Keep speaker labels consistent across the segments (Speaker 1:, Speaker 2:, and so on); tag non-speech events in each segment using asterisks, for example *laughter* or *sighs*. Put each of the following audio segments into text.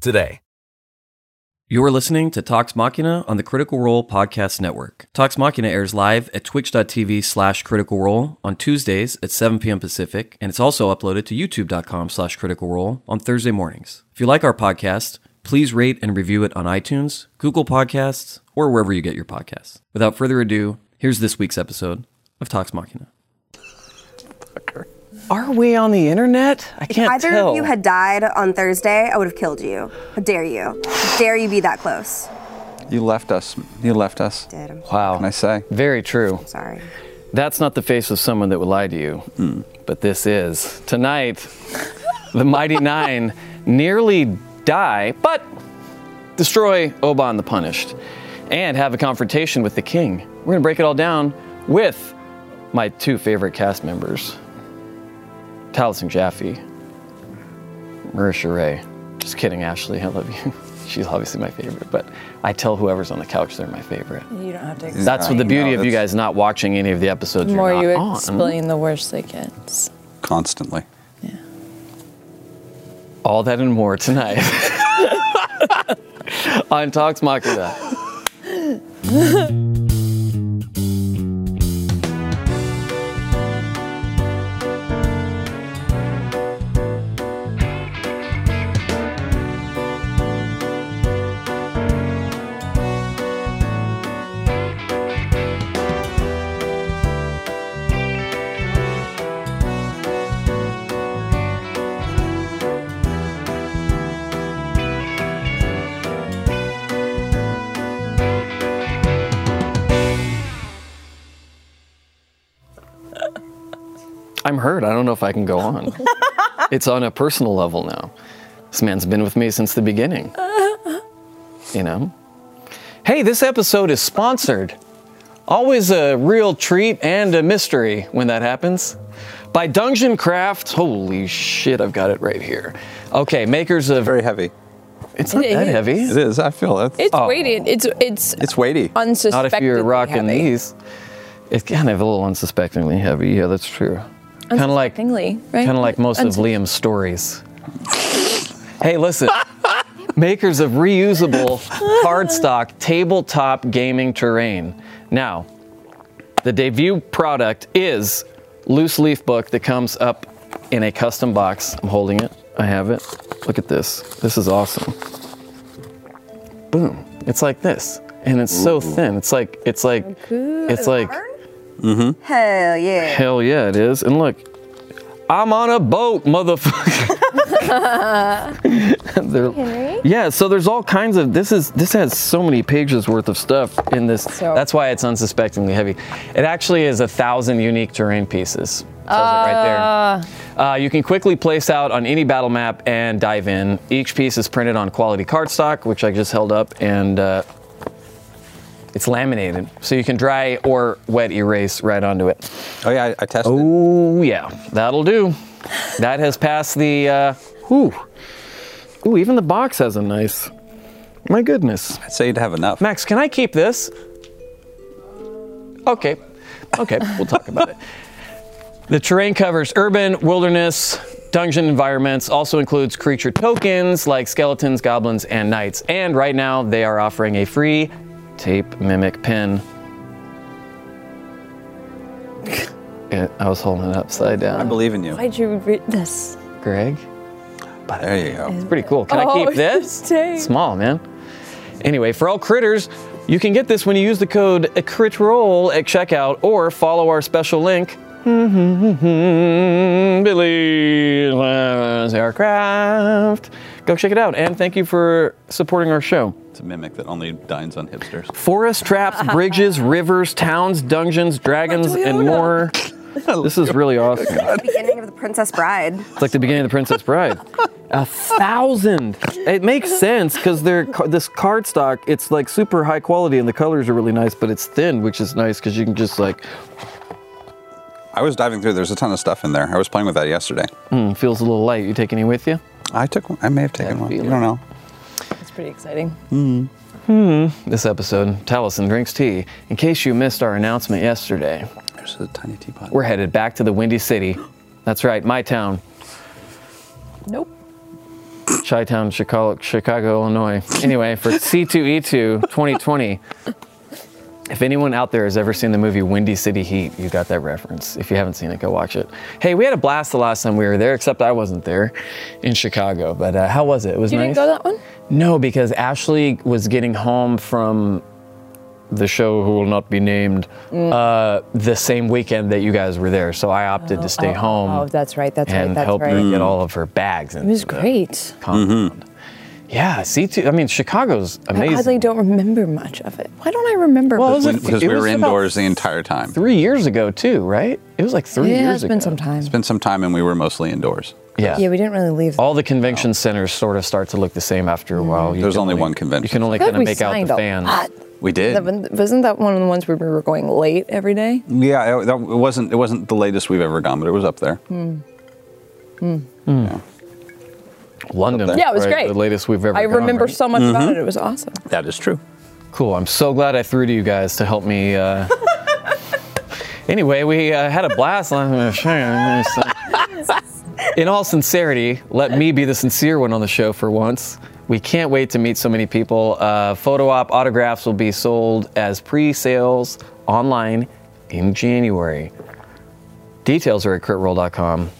Speaker 1: today.
Speaker 2: You are listening to Talks Machina on the Critical Role Podcast Network. Talks Machina airs live at twitch.tv slash critical role on Tuesdays at 7 p.m. Pacific, and it's also uploaded to youtube.com slash critical role on Thursday mornings. If you like our podcast, please rate and review it on iTunes, Google Podcasts, or wherever you get your podcasts. Without further ado, here's this week's episode of Talks Machina.
Speaker 3: Are we on the internet? I can't
Speaker 4: Either
Speaker 3: tell.
Speaker 4: of you had died on Thursday, I would have killed you. How dare you? How dare you be that close?
Speaker 5: You left us. You left us.
Speaker 4: Did I'm
Speaker 6: Wow.
Speaker 5: Can I say?
Speaker 6: Very true.
Speaker 4: sorry.
Speaker 6: That's not the face of someone that would lie to you, but this is. Tonight, the Mighty Nine nearly die, but destroy Oban the Punished and have a confrontation with the king. We're going to break it all down with my two favorite cast members Taliesin Jaffe, Marisha Ray. Just kidding, Ashley. I love you. *laughs* She's obviously my favorite, but I tell whoever's on the couch they're my favorite.
Speaker 7: You don't have to explain.
Speaker 6: That's what the Oh, beauty
Speaker 5: No,
Speaker 6: of Uh, you
Speaker 5: that's-
Speaker 6: guys not watching any of the episodes.
Speaker 7: The more
Speaker 6: you're
Speaker 7: you
Speaker 6: not on.
Speaker 7: explain, the worse it gets.
Speaker 5: Constantly.
Speaker 6: All that and more tonight *laughs* on Talks Machina. I'm hurt. I don't know if I can go on.
Speaker 7: *laughs*
Speaker 6: it's on a personal level now. This man's been with me since the
Speaker 7: *laughs*
Speaker 6: beginning. You know? Hey, this episode is sponsored. Always a real treat and a mystery when that happens. By Dungeon Craft. Holy shit, I've got it right here. Okay, makers of.
Speaker 5: Very heavy.
Speaker 6: It's not
Speaker 7: It
Speaker 6: that
Speaker 7: is.
Speaker 6: heavy.
Speaker 5: It is. I feel it.
Speaker 7: It's weighty. It's it's
Speaker 5: It's weighty.
Speaker 6: Oh. Not
Speaker 7: unsuspected.
Speaker 6: if you're rocking these. It's kind of a little unsuspectingly heavy. Yeah, that's true. Kind of like
Speaker 7: Unsuspectingly, right?
Speaker 6: kind of like most of
Speaker 7: Unsus-
Speaker 6: Liam's stories. hey, listen. Makers of reusable cardstock tabletop gaming terrain. Now, the debut product is loose leaf book that comes up in a custom box. I'm holding it. I have it. Look at this. This is awesome. Boom. It's like this. And it's so thin. It's like it's like it's like
Speaker 4: Hell yeah.
Speaker 6: hell yeah it is. And look, I'm on a boat, motherfucker. *laughs* They're- yeah, so there's all kinds of this is this has so many pages worth of stuff in this.
Speaker 7: So-
Speaker 6: That's why it's unsuspectingly heavy. It actually is a thousand unique terrain pieces. Says it right there. Uh, you can quickly place out on any battle map and dive in. Each piece is printed on quality cardstock, which I just held up, and uh, it's laminated, so you can dry or wet erase right onto it.
Speaker 5: Oh yeah, I, I tested.
Speaker 6: Oh yeah, that'll do. That has passed the. Uh, ooh, ooh, even the box has a nice. My goodness,
Speaker 5: I'd say you'd have enough.
Speaker 6: Max, can I keep this? Okay, okay, we'll talk about it. The terrain covers urban, wilderness, dungeon environments, also includes creature tokens like skeletons, goblins, and knights. And right now, they are offering a free tape mimic pin. *laughs* Yeah, I was holding it upside down.
Speaker 5: I believe in you.
Speaker 7: Why'd you read this?
Speaker 6: Greg.
Speaker 5: There you go.
Speaker 6: Pretty cool. Can I
Speaker 7: Oh,
Speaker 6: keep this?
Speaker 7: dang.
Speaker 6: Small, man. Anyway, for all critters, you can get this when you use the code CRITROLL at checkout or follow our special link. *laughs* Billy loves aircraft. Go check it out and thank you for supporting our show.
Speaker 5: It's a mimic that only dines on hipsters.
Speaker 6: Forest traps, bridges, rivers, towns, dungeons, dragons, and more. This is really awesome.
Speaker 4: Beginning of the Princess Bride.
Speaker 6: It's like the beginning of The Princess Bride. *laughs* A thousand. It makes sense because they're ca- this cardstock. It's like super high quality, and the colors are really nice, but it's thin, which is nice because you can just like
Speaker 5: I was diving through. There's a ton of stuff in there. I was playing with that yesterday.
Speaker 6: mm, feels a little light. You take any with you?
Speaker 5: I took. one- I may have taken
Speaker 6: That
Speaker 5: one. You
Speaker 6: feeling.
Speaker 5: don't know.
Speaker 7: It's pretty exciting.
Speaker 6: This episode, Taliesin drinks tea. In case you missed our announcement yesterday,
Speaker 5: There's a tiny teapot.
Speaker 6: we're headed back to the Windy City. That's right, my town,
Speaker 7: Nope.
Speaker 6: Chi Town, Chicago, Chicago, Illinois. Anyway, for E C2E2 2020. If anyone out there has ever seen the movie Windy City Heat, you got that reference. If you haven't seen it, go watch it. Hey, we had a blast the last time we were there, except I wasn't there in Chicago. But uh, how was it? It was
Speaker 7: You
Speaker 6: nice.
Speaker 7: didn't go that one?
Speaker 6: No, because Ashley was getting home from the show who will not be named
Speaker 7: Mm.
Speaker 6: uh, the same weekend that you guys were there. So I opted to stay
Speaker 7: Oh,
Speaker 6: home
Speaker 7: Oh, that's right. That's right.
Speaker 6: and
Speaker 7: That's
Speaker 6: help
Speaker 7: right.
Speaker 6: her
Speaker 7: It
Speaker 6: get all of her bags. It
Speaker 7: was great.
Speaker 5: Mm-hmm.
Speaker 6: Yeah, C2. I mean, Chicago's
Speaker 7: I
Speaker 6: amazing.
Speaker 7: oddly don't remember much of it. Why don't I remember?
Speaker 6: Well, it was
Speaker 7: much?
Speaker 6: a-
Speaker 5: because
Speaker 6: it
Speaker 5: we were
Speaker 6: was about
Speaker 5: indoors the entire time.
Speaker 6: three years ago, too, right? It was like three
Speaker 7: yeah,
Speaker 6: years
Speaker 7: it's
Speaker 6: ago.
Speaker 7: been some time.
Speaker 5: It's been some time and we were mostly indoors.
Speaker 6: Yeah.
Speaker 7: Yeah, we didn't really leave.
Speaker 6: all the convention centers sort of start to look the same after a while. You
Speaker 5: There's
Speaker 6: can
Speaker 5: only one convention
Speaker 6: You can only
Speaker 7: I thought
Speaker 6: kind of
Speaker 7: we
Speaker 6: make out
Speaker 7: signed
Speaker 6: the
Speaker 7: a
Speaker 6: fans.
Speaker 7: lot.
Speaker 5: We did.
Speaker 7: That one- Wasn't that one of the ones where we were going late every day?
Speaker 5: Yeah, it, that, it wasn't. It wasn't the latest we've ever gone, but it was up there.
Speaker 6: Hmm.
Speaker 5: Yeah.
Speaker 6: London.
Speaker 7: Yeah, it was
Speaker 6: right,
Speaker 7: great.
Speaker 6: The latest we've ever
Speaker 7: I
Speaker 6: gone,
Speaker 7: remember
Speaker 6: right?
Speaker 7: so much about it. It was awesome.
Speaker 5: That is true.
Speaker 6: Cool. I'm so glad I threw to you guys to help me.
Speaker 7: *laughs*
Speaker 6: Uh... anyway, we uh, had a blast. *laughs*
Speaker 7: *laughs*
Speaker 6: In all sincerity, let me be the sincere one on the show for once. We can't wait to meet so many people. Uh, photo op autographs will be sold as pre sales online in January. Details are at critroll.com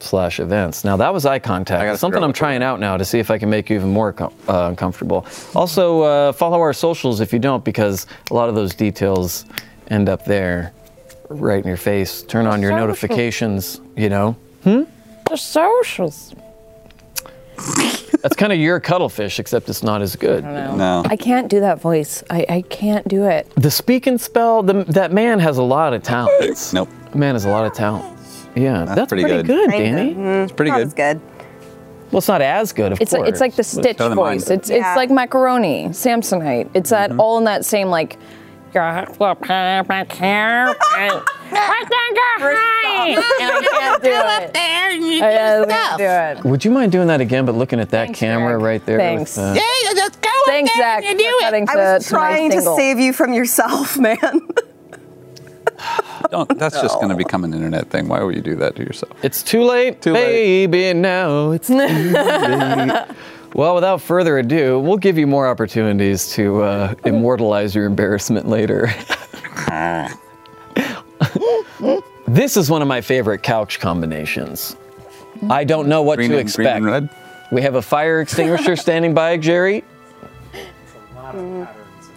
Speaker 6: slash events. Now that was eye contact.
Speaker 5: gotta
Speaker 6: Something
Speaker 5: scroll.
Speaker 6: I'm trying out now to see if I can make you even more com- uh, uncomfortable. Also, uh, follow our socials if you don't, because a lot of those details end up there, right in your face. Turn on your
Speaker 7: Social.
Speaker 6: notifications. You know,
Speaker 7: The socials.
Speaker 6: that's kind of your cuttlefish, except it's not as good.
Speaker 5: No.
Speaker 7: I can't do that voice. I, I can't do it.
Speaker 6: The speak and spell. The, that man has a lot of talents.
Speaker 5: Nope.
Speaker 6: Man has a lot of talent. Yeah, that's,
Speaker 5: pretty
Speaker 6: pretty,
Speaker 5: good.
Speaker 6: good,
Speaker 4: Pretty
Speaker 6: Danny.
Speaker 5: It's pretty
Speaker 4: Not
Speaker 5: good.
Speaker 4: as good.
Speaker 6: Well, it's not as good, of
Speaker 7: It's
Speaker 6: course.
Speaker 7: it's like the Stitch
Speaker 5: Tell them mine.
Speaker 7: voice. It's
Speaker 4: Yeah.
Speaker 7: it's like macaroni, Samsonite. It's that
Speaker 6: Mm-hmm.
Speaker 7: all in that same like.
Speaker 4: Oh,
Speaker 6: Would you mind doing that again, but looking at that
Speaker 7: Thanks,
Speaker 6: camera
Speaker 7: Eric.
Speaker 6: right there? with
Speaker 7: Thanks.
Speaker 6: the-
Speaker 7: Thanks, Zach. for cutting
Speaker 4: I was
Speaker 7: to- my
Speaker 4: trying to
Speaker 7: single.
Speaker 4: save you from yourself, *laughs* man.
Speaker 5: Don't, that's just going to become an internet thing. Why would you do that to yourself?
Speaker 6: It's too late,
Speaker 5: Too late.
Speaker 6: baby. Now it's too
Speaker 5: *laughs*
Speaker 6: late. Well, without further ado, we'll give you more opportunities to uh, immortalize your embarrassment later. *laughs* this is one of my favorite couch combinations. I don't know what
Speaker 5: Green
Speaker 6: to
Speaker 5: and, green
Speaker 6: expect.
Speaker 5: and red.
Speaker 6: We have a fire extinguisher standing by, Jerry.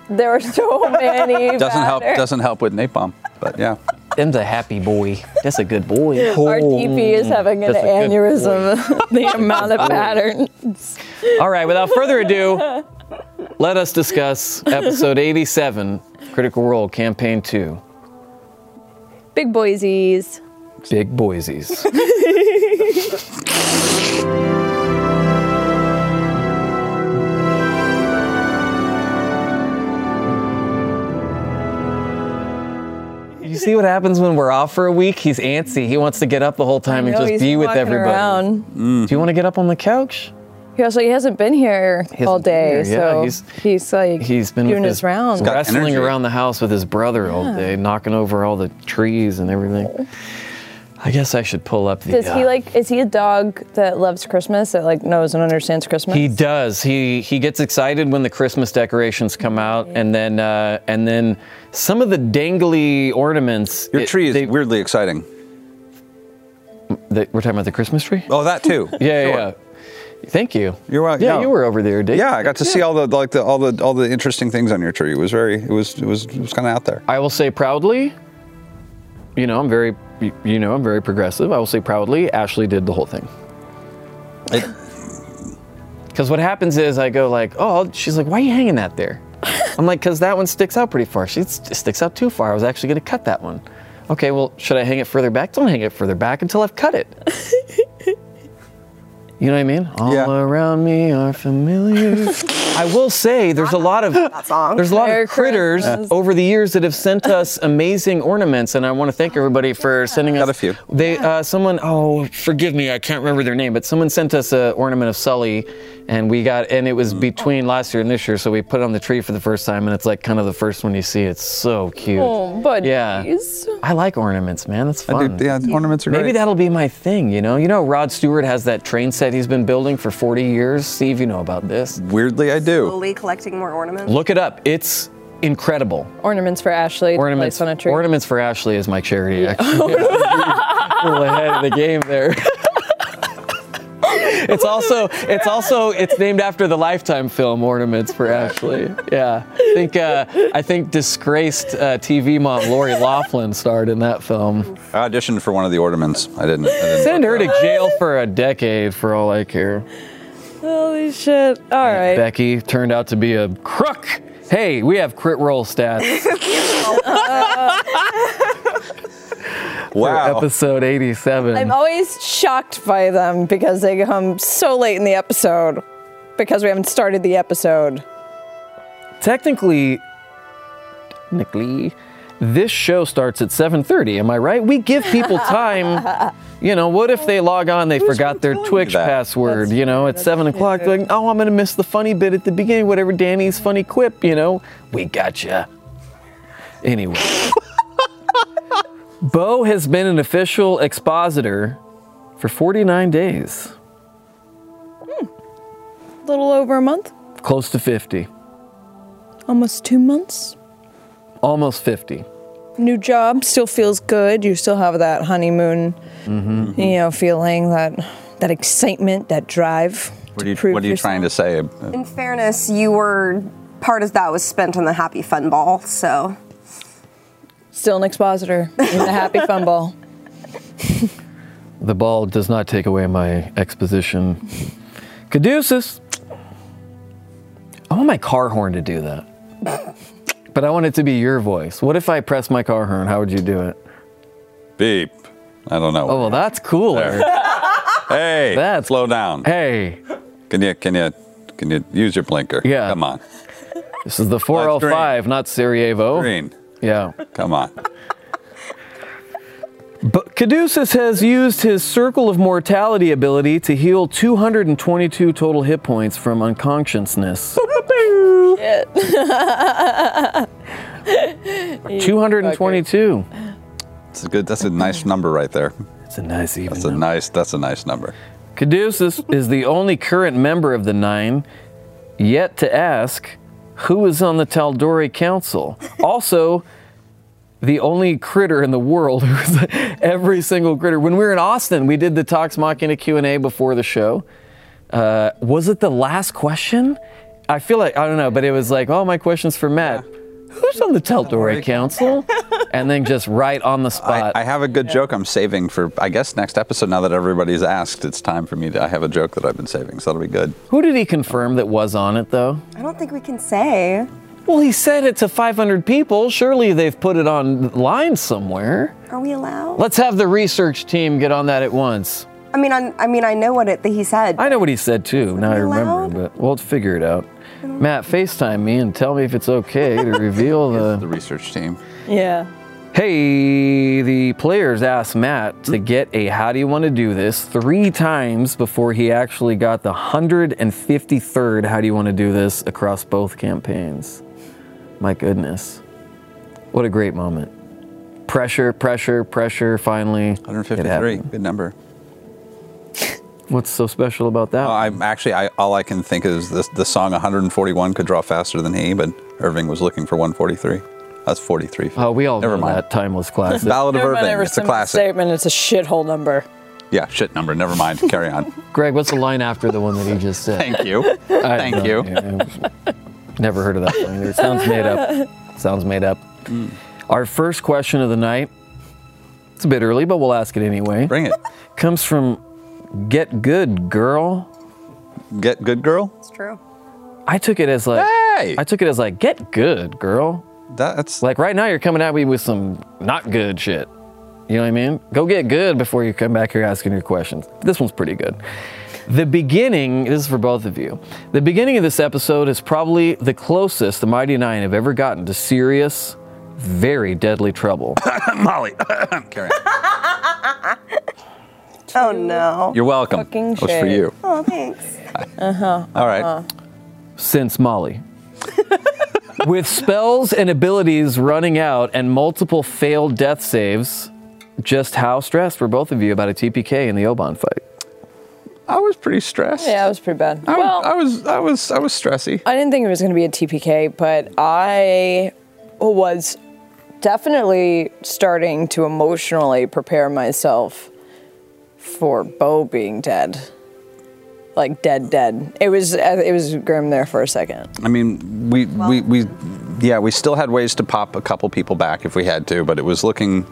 Speaker 7: There are
Speaker 4: *laughs*
Speaker 7: so many.
Speaker 5: Doesn't help.
Speaker 7: patterns.
Speaker 5: Doesn't help with napalm. But yeah.
Speaker 6: Them's a happy boy. That's a good boy.
Speaker 7: Our DP is having an
Speaker 6: That's a good
Speaker 7: aneurysm. *laughs* the amount of pattern.
Speaker 6: All right, without further ado, let us discuss episode 87 Critical Role Campaign 2
Speaker 7: Big boysies.
Speaker 6: Big
Speaker 7: *laughs*
Speaker 6: Boise's. You see what happens when we're off for a week? He's antsy. He wants to get up the whole time and
Speaker 7: No,
Speaker 6: just
Speaker 7: he's
Speaker 6: be with
Speaker 7: walking
Speaker 6: everybody. Do
Speaker 7: around.
Speaker 6: you want to get up on the couch?
Speaker 7: He also he hasn't been here all
Speaker 6: hasn't been
Speaker 7: day,
Speaker 6: here, yeah,
Speaker 7: so
Speaker 6: he's-
Speaker 7: he's, like
Speaker 6: He's been
Speaker 7: doing
Speaker 6: with
Speaker 7: his, rounds.
Speaker 5: got
Speaker 6: wrestling
Speaker 5: energy.
Speaker 6: around the house with his brother all day, knocking over all the trees and everything. I guess I should pull up the.
Speaker 7: Does he
Speaker 6: uh,
Speaker 7: like? Is he a dog that loves Christmas that like knows and understands Christmas?
Speaker 6: He does. He he gets excited when the Christmas decorations come out, and then uh, and then some of the dangly ornaments.
Speaker 5: Your
Speaker 6: it-
Speaker 5: tree is
Speaker 6: they-
Speaker 5: weirdly exciting.
Speaker 6: the- we're talking about the Christmas tree.
Speaker 5: Oh, that too.
Speaker 6: *laughs* yeah,
Speaker 5: sure.
Speaker 6: yeah. Thank you.
Speaker 5: You're welcome.
Speaker 6: Yeah,
Speaker 5: No.
Speaker 6: you were over there, did
Speaker 5: Yeah, I got to see all the like the all the all the interesting things on your tree. It was very it was it was it was kind of out there.
Speaker 6: I will say proudly. You know, I'm very. you- You know, I'm very progressive. I will say proudly, Ashley did the whole thing. *laughs*
Speaker 5: It-
Speaker 6: Because what happens is I go like, oh, she's like, why are you hanging that there? I'm like, because that one sticks out pretty far. She it sticks out too far. I was actually going to cut that one. Okay, well, should I hang it further back? Don't hang it further back until I've cut it. *laughs* You know what I mean? All
Speaker 5: Yeah.
Speaker 6: around me are familiar. I will say there's a lot of
Speaker 4: song.
Speaker 6: there's a lot
Speaker 7: Merry
Speaker 6: of critters
Speaker 7: Christmas.
Speaker 6: over the years that have sent us
Speaker 7: *laughs*
Speaker 6: amazing ornaments, and I want to thank
Speaker 7: Oh,
Speaker 6: everybody for sending us.
Speaker 5: Got a few.
Speaker 6: They uh, someone oh forgive me I can't remember their name, but someone sent us an ornament of Sully, and we got and it was
Speaker 7: Mm.
Speaker 6: between last year and this year, so we put it on the tree for the first time, and it's like kind of the first one you see. It's so cute.
Speaker 7: Oh, but
Speaker 6: Yeah.
Speaker 7: geez.
Speaker 6: I like ornaments, man. That's
Speaker 5: I
Speaker 6: fun.
Speaker 5: do, yeah, ornaments are
Speaker 6: Maybe
Speaker 5: great.
Speaker 6: that'll be my thing, you know? You know, Rod Stewart has that train set he's been building for 40 years. Steve, you know about this.
Speaker 5: Weirdly, I do.
Speaker 4: Slowly collecting more ornaments.
Speaker 6: Look it up. It's incredible.
Speaker 7: ornaments for Ashley
Speaker 6: Ornaments,
Speaker 7: to place on a tree.
Speaker 6: ornaments for Ashley is my charity, actually. *laughs* Little ahead of the game there. *laughs* it's also it's also it's named after the Lifetime film Ornaments for Ashley. Yeah, I think uh, I think disgraced uh, TV mom Lori Laughlin starred in that film.
Speaker 5: I auditioned for one of the ornaments. I didn't. I didn't
Speaker 6: Send her to jail for a decade for all I care.
Speaker 7: Holy shit! All right.
Speaker 6: Becky turned out to be a crook. Hey, we have crit roll stats for
Speaker 5: wow.
Speaker 6: episode 87.
Speaker 7: I'm always shocked by them because they come so late in the episode because we haven't started the episode.
Speaker 6: technically, technically, this show starts at 7:30. Am I right? We give people time. You know, what if they log on, they forgot their Twitch
Speaker 5: that?
Speaker 6: password? You know, at seven o'clock, they're like, oh, I'm gonna miss the funny bit at the beginning. Whatever Danny's funny quip. You know, we gotcha. Anyway, Bo has been an official expositor for 49 days,
Speaker 7: A little over a month,
Speaker 6: close to 50,
Speaker 7: almost two months.
Speaker 6: almost 50.
Speaker 7: New job still feels good. You still have that honeymoon, you know, feeling that that excitement, that drive.
Speaker 5: What are you, what are you trying to say?
Speaker 4: In fairness, you were part of that was spent on the happy fun ball, so
Speaker 7: Still an expositor in the happy fun ball.
Speaker 6: The ball does not take away my exposition. Caduceus! I want my car horn to do that. But I want it to be your voice. What if I press my car horn? How would you do it?
Speaker 5: Beep. I don't know.
Speaker 6: Oh, well, that's cooler.
Speaker 5: hey,
Speaker 6: that's-
Speaker 5: slow down.
Speaker 6: hey,
Speaker 5: Can you can you can you use your blinker?
Speaker 6: Yeah.
Speaker 5: Come on.
Speaker 6: this is the 405, not Sarajevo.
Speaker 5: Green.
Speaker 6: Yeah.
Speaker 5: Come on.
Speaker 6: But Caduceus has used his Circle of Mortality ability to heal 222 total hit points from unconsciousness. 222.
Speaker 5: It's a good. That's a
Speaker 6: Mm.
Speaker 5: nice number right there.
Speaker 6: It's a nice evening.
Speaker 5: That's a nice. That's a nice number.
Speaker 6: Caduceus is the only current member of the Nine yet to ask who is on the Taldori Council. Also, the only critter in the world who's *laughs* every single critter. When we were in Austin, we did the Talks Machina Q&A before the show. Uh, was it the last question? I feel like, I don't know, but it was like, oh, my question's for Matt. Who's on the Taldori Council? And then just right on the spot.
Speaker 5: I, I have a good joke I'm saving for. I guess next episode. Now that everybody's asked, it's time for me to. I have a joke that I've been saving, so that'll be good.
Speaker 6: who did he confirm that was on it, though?
Speaker 4: I don't think we can say.
Speaker 6: Well, he said it to 500 people. Surely they've put it online somewhere.
Speaker 4: Are we allowed?
Speaker 6: Let's have the research team get on that at once.
Speaker 4: I mean, i I mean, I know what it that he said.
Speaker 6: I know what he said too. Now I
Speaker 4: it allowed?
Speaker 6: remember, but we'll figure it out. Matt, FaceTime me and tell me if it's okay to reveal
Speaker 5: The
Speaker 6: the.
Speaker 5: research team.
Speaker 7: *laughs* Yeah.
Speaker 6: Hey, the players asked Matt to get a how do you want to do this three times before he actually got the 153rd how do you want to do this across both campaigns. My goodness. What a great moment. Pressure, pressure, pressure, finally. it
Speaker 5: 153.
Speaker 6: happened.
Speaker 5: Good number.
Speaker 6: What's so special about that?
Speaker 5: Oh, I'm actually. I all I can think is this, the song 141 could draw faster than he, but Irving was looking for 143. That's 43.
Speaker 6: Oh, we all
Speaker 5: never
Speaker 6: know
Speaker 5: mind.
Speaker 6: that timeless
Speaker 5: *laughs*
Speaker 6: classic.
Speaker 5: Ballad of
Speaker 7: Everyone
Speaker 5: Irving.
Speaker 7: ever
Speaker 5: It's a
Speaker 7: sends
Speaker 5: classic.
Speaker 7: statement. It's a shithole number.
Speaker 5: Yeah, shit number. Never mind. Carry on.
Speaker 6: Greg, what's the line after the one that he just said?
Speaker 5: Thank you. Thank you. *laughs*
Speaker 6: Never heard of that one either. It sounds made up. Sounds made up.
Speaker 5: Mm.
Speaker 6: Our first question of the night, it's a bit early, but we'll ask it anyway,
Speaker 5: Bring it.
Speaker 6: comes from Get Good Girl.
Speaker 5: Get good girl.
Speaker 4: It's true.
Speaker 6: I took it as like,
Speaker 5: Hey!
Speaker 6: I took it as like, Get Good Girl.
Speaker 5: That's
Speaker 6: Like right now, you're coming at me with some not good shit. You know what I mean? Go get good before you come back here asking your questions. This one's pretty good. The beginning, this is for both of you. The beginning of this episode is probably the closest the Mighty Nine have ever gotten to serious, very deadly trouble. *coughs*
Speaker 5: Molly, *coughs* Karen,
Speaker 4: Oh no.
Speaker 5: you're welcome.
Speaker 7: Fucking
Speaker 5: that was for
Speaker 7: shit. Uh-huh.
Speaker 5: you.
Speaker 4: Oh, thanks. *laughs*
Speaker 5: All right.
Speaker 6: since Molly. *laughs* With spells and abilities running out and multiple failed death saves, just how stressed were both of you about a TPK in the Oban fight?
Speaker 5: I was pretty stressed.
Speaker 7: Yeah, that was pretty bad.
Speaker 5: I,
Speaker 7: well, I,
Speaker 5: was, I was, I was, I was stressy.
Speaker 7: didn't think it was going to be a TPK, but I was definitely starting to emotionally prepare myself for Bo being dead. Like dead, dead. It was uh, it was grim there for a second.
Speaker 5: I mean, we, we, we, yeah, we still had ways to pop a couple people back if we had to, but it was looking,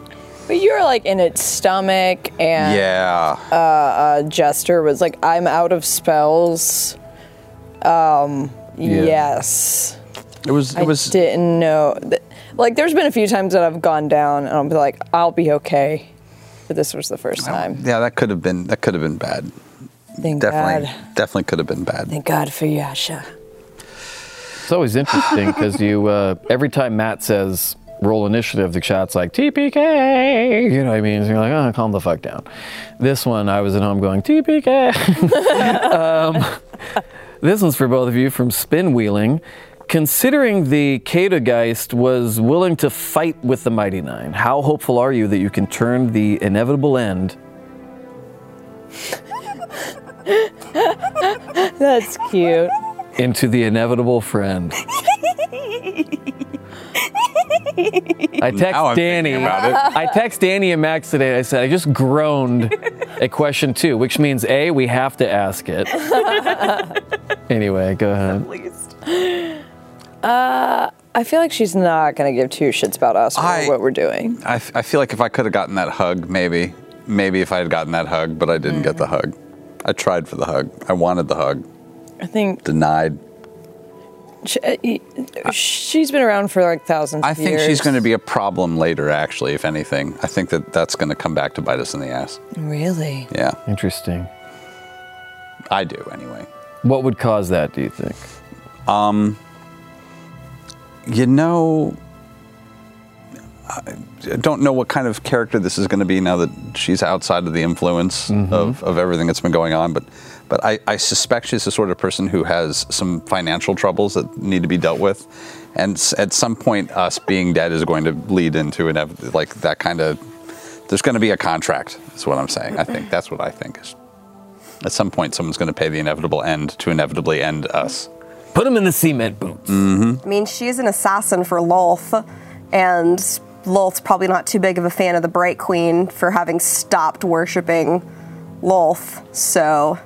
Speaker 7: But you were like in its stomach, and
Speaker 5: yeah.
Speaker 7: Jester was like, "I'm out of spells." Um,
Speaker 6: Yeah.
Speaker 7: yes,
Speaker 5: it was, it
Speaker 7: I
Speaker 5: was,
Speaker 7: didn't know. th- Like, there's been a few times that I've gone down, and I'll be like, "I'll be okay," but this was the first time.
Speaker 5: yeah, that could have been, that could have been bad.
Speaker 7: Thank
Speaker 5: Definitely,
Speaker 7: God.
Speaker 5: definitely could have been bad.
Speaker 7: Thank God for Yasha.
Speaker 6: It's always interesting because you, uh, every time Matt says roll initiative, the shot's like TPK. You know what I mean? So you're like, oh, calm the fuck down. This one, I was at home going TPK. *laughs* um, this one's for both of you from Spin Wheeling. Considering the Katageist was willing to fight with the Mighty Nine, how hopeful are you that you can turn the inevitable end?
Speaker 7: That's cute.
Speaker 6: into the inevitable friend. I text
Speaker 5: Now I'm
Speaker 6: Danny.
Speaker 5: thinking about it.
Speaker 6: I text Danny and Max today. I said I just groaned at question two, which means a we have to ask it. anyway, go ahead.
Speaker 7: I feel like she's not gonna give two shits about us or
Speaker 5: I-
Speaker 7: what we're doing.
Speaker 5: I, f- I feel like if I could have gotten that hug, maybe, maybe if I had gotten that hug, but I didn't
Speaker 7: Hmm.
Speaker 5: get the hug. I tried for the hug. I wanted the hug.
Speaker 7: I think
Speaker 5: Denied.
Speaker 7: she, uh, y- she's been around for like thousands.
Speaker 5: I
Speaker 7: of
Speaker 5: think she's
Speaker 7: years.
Speaker 5: going to be a problem later, actually, if anything. I think that that's going to come back to bite us in the ass.
Speaker 7: really.
Speaker 5: Yeah,
Speaker 6: Interesting.
Speaker 5: I do, anyway.
Speaker 6: What would cause that? Do you think?
Speaker 5: You know, I don't know what kind of character this is going to be now that she's outside of the influence of, of everything that's been going on, but but I, I suspect she's the sort of person who has some financial troubles that need to be dealt with, and s- at some point, us being dead is going to lead into an ev- like that kind of. There's going to be a contract, is what I'm saying. I think that's what I think is. At some point, someone's going to pay the inevitable end to inevitably end us.
Speaker 6: Put him in the cement boots.
Speaker 4: I mean, she is an assassin for Lolth, and Lolth's probably not too big of a fan of the Bright Queen for having stopped worshiping Lolth. So,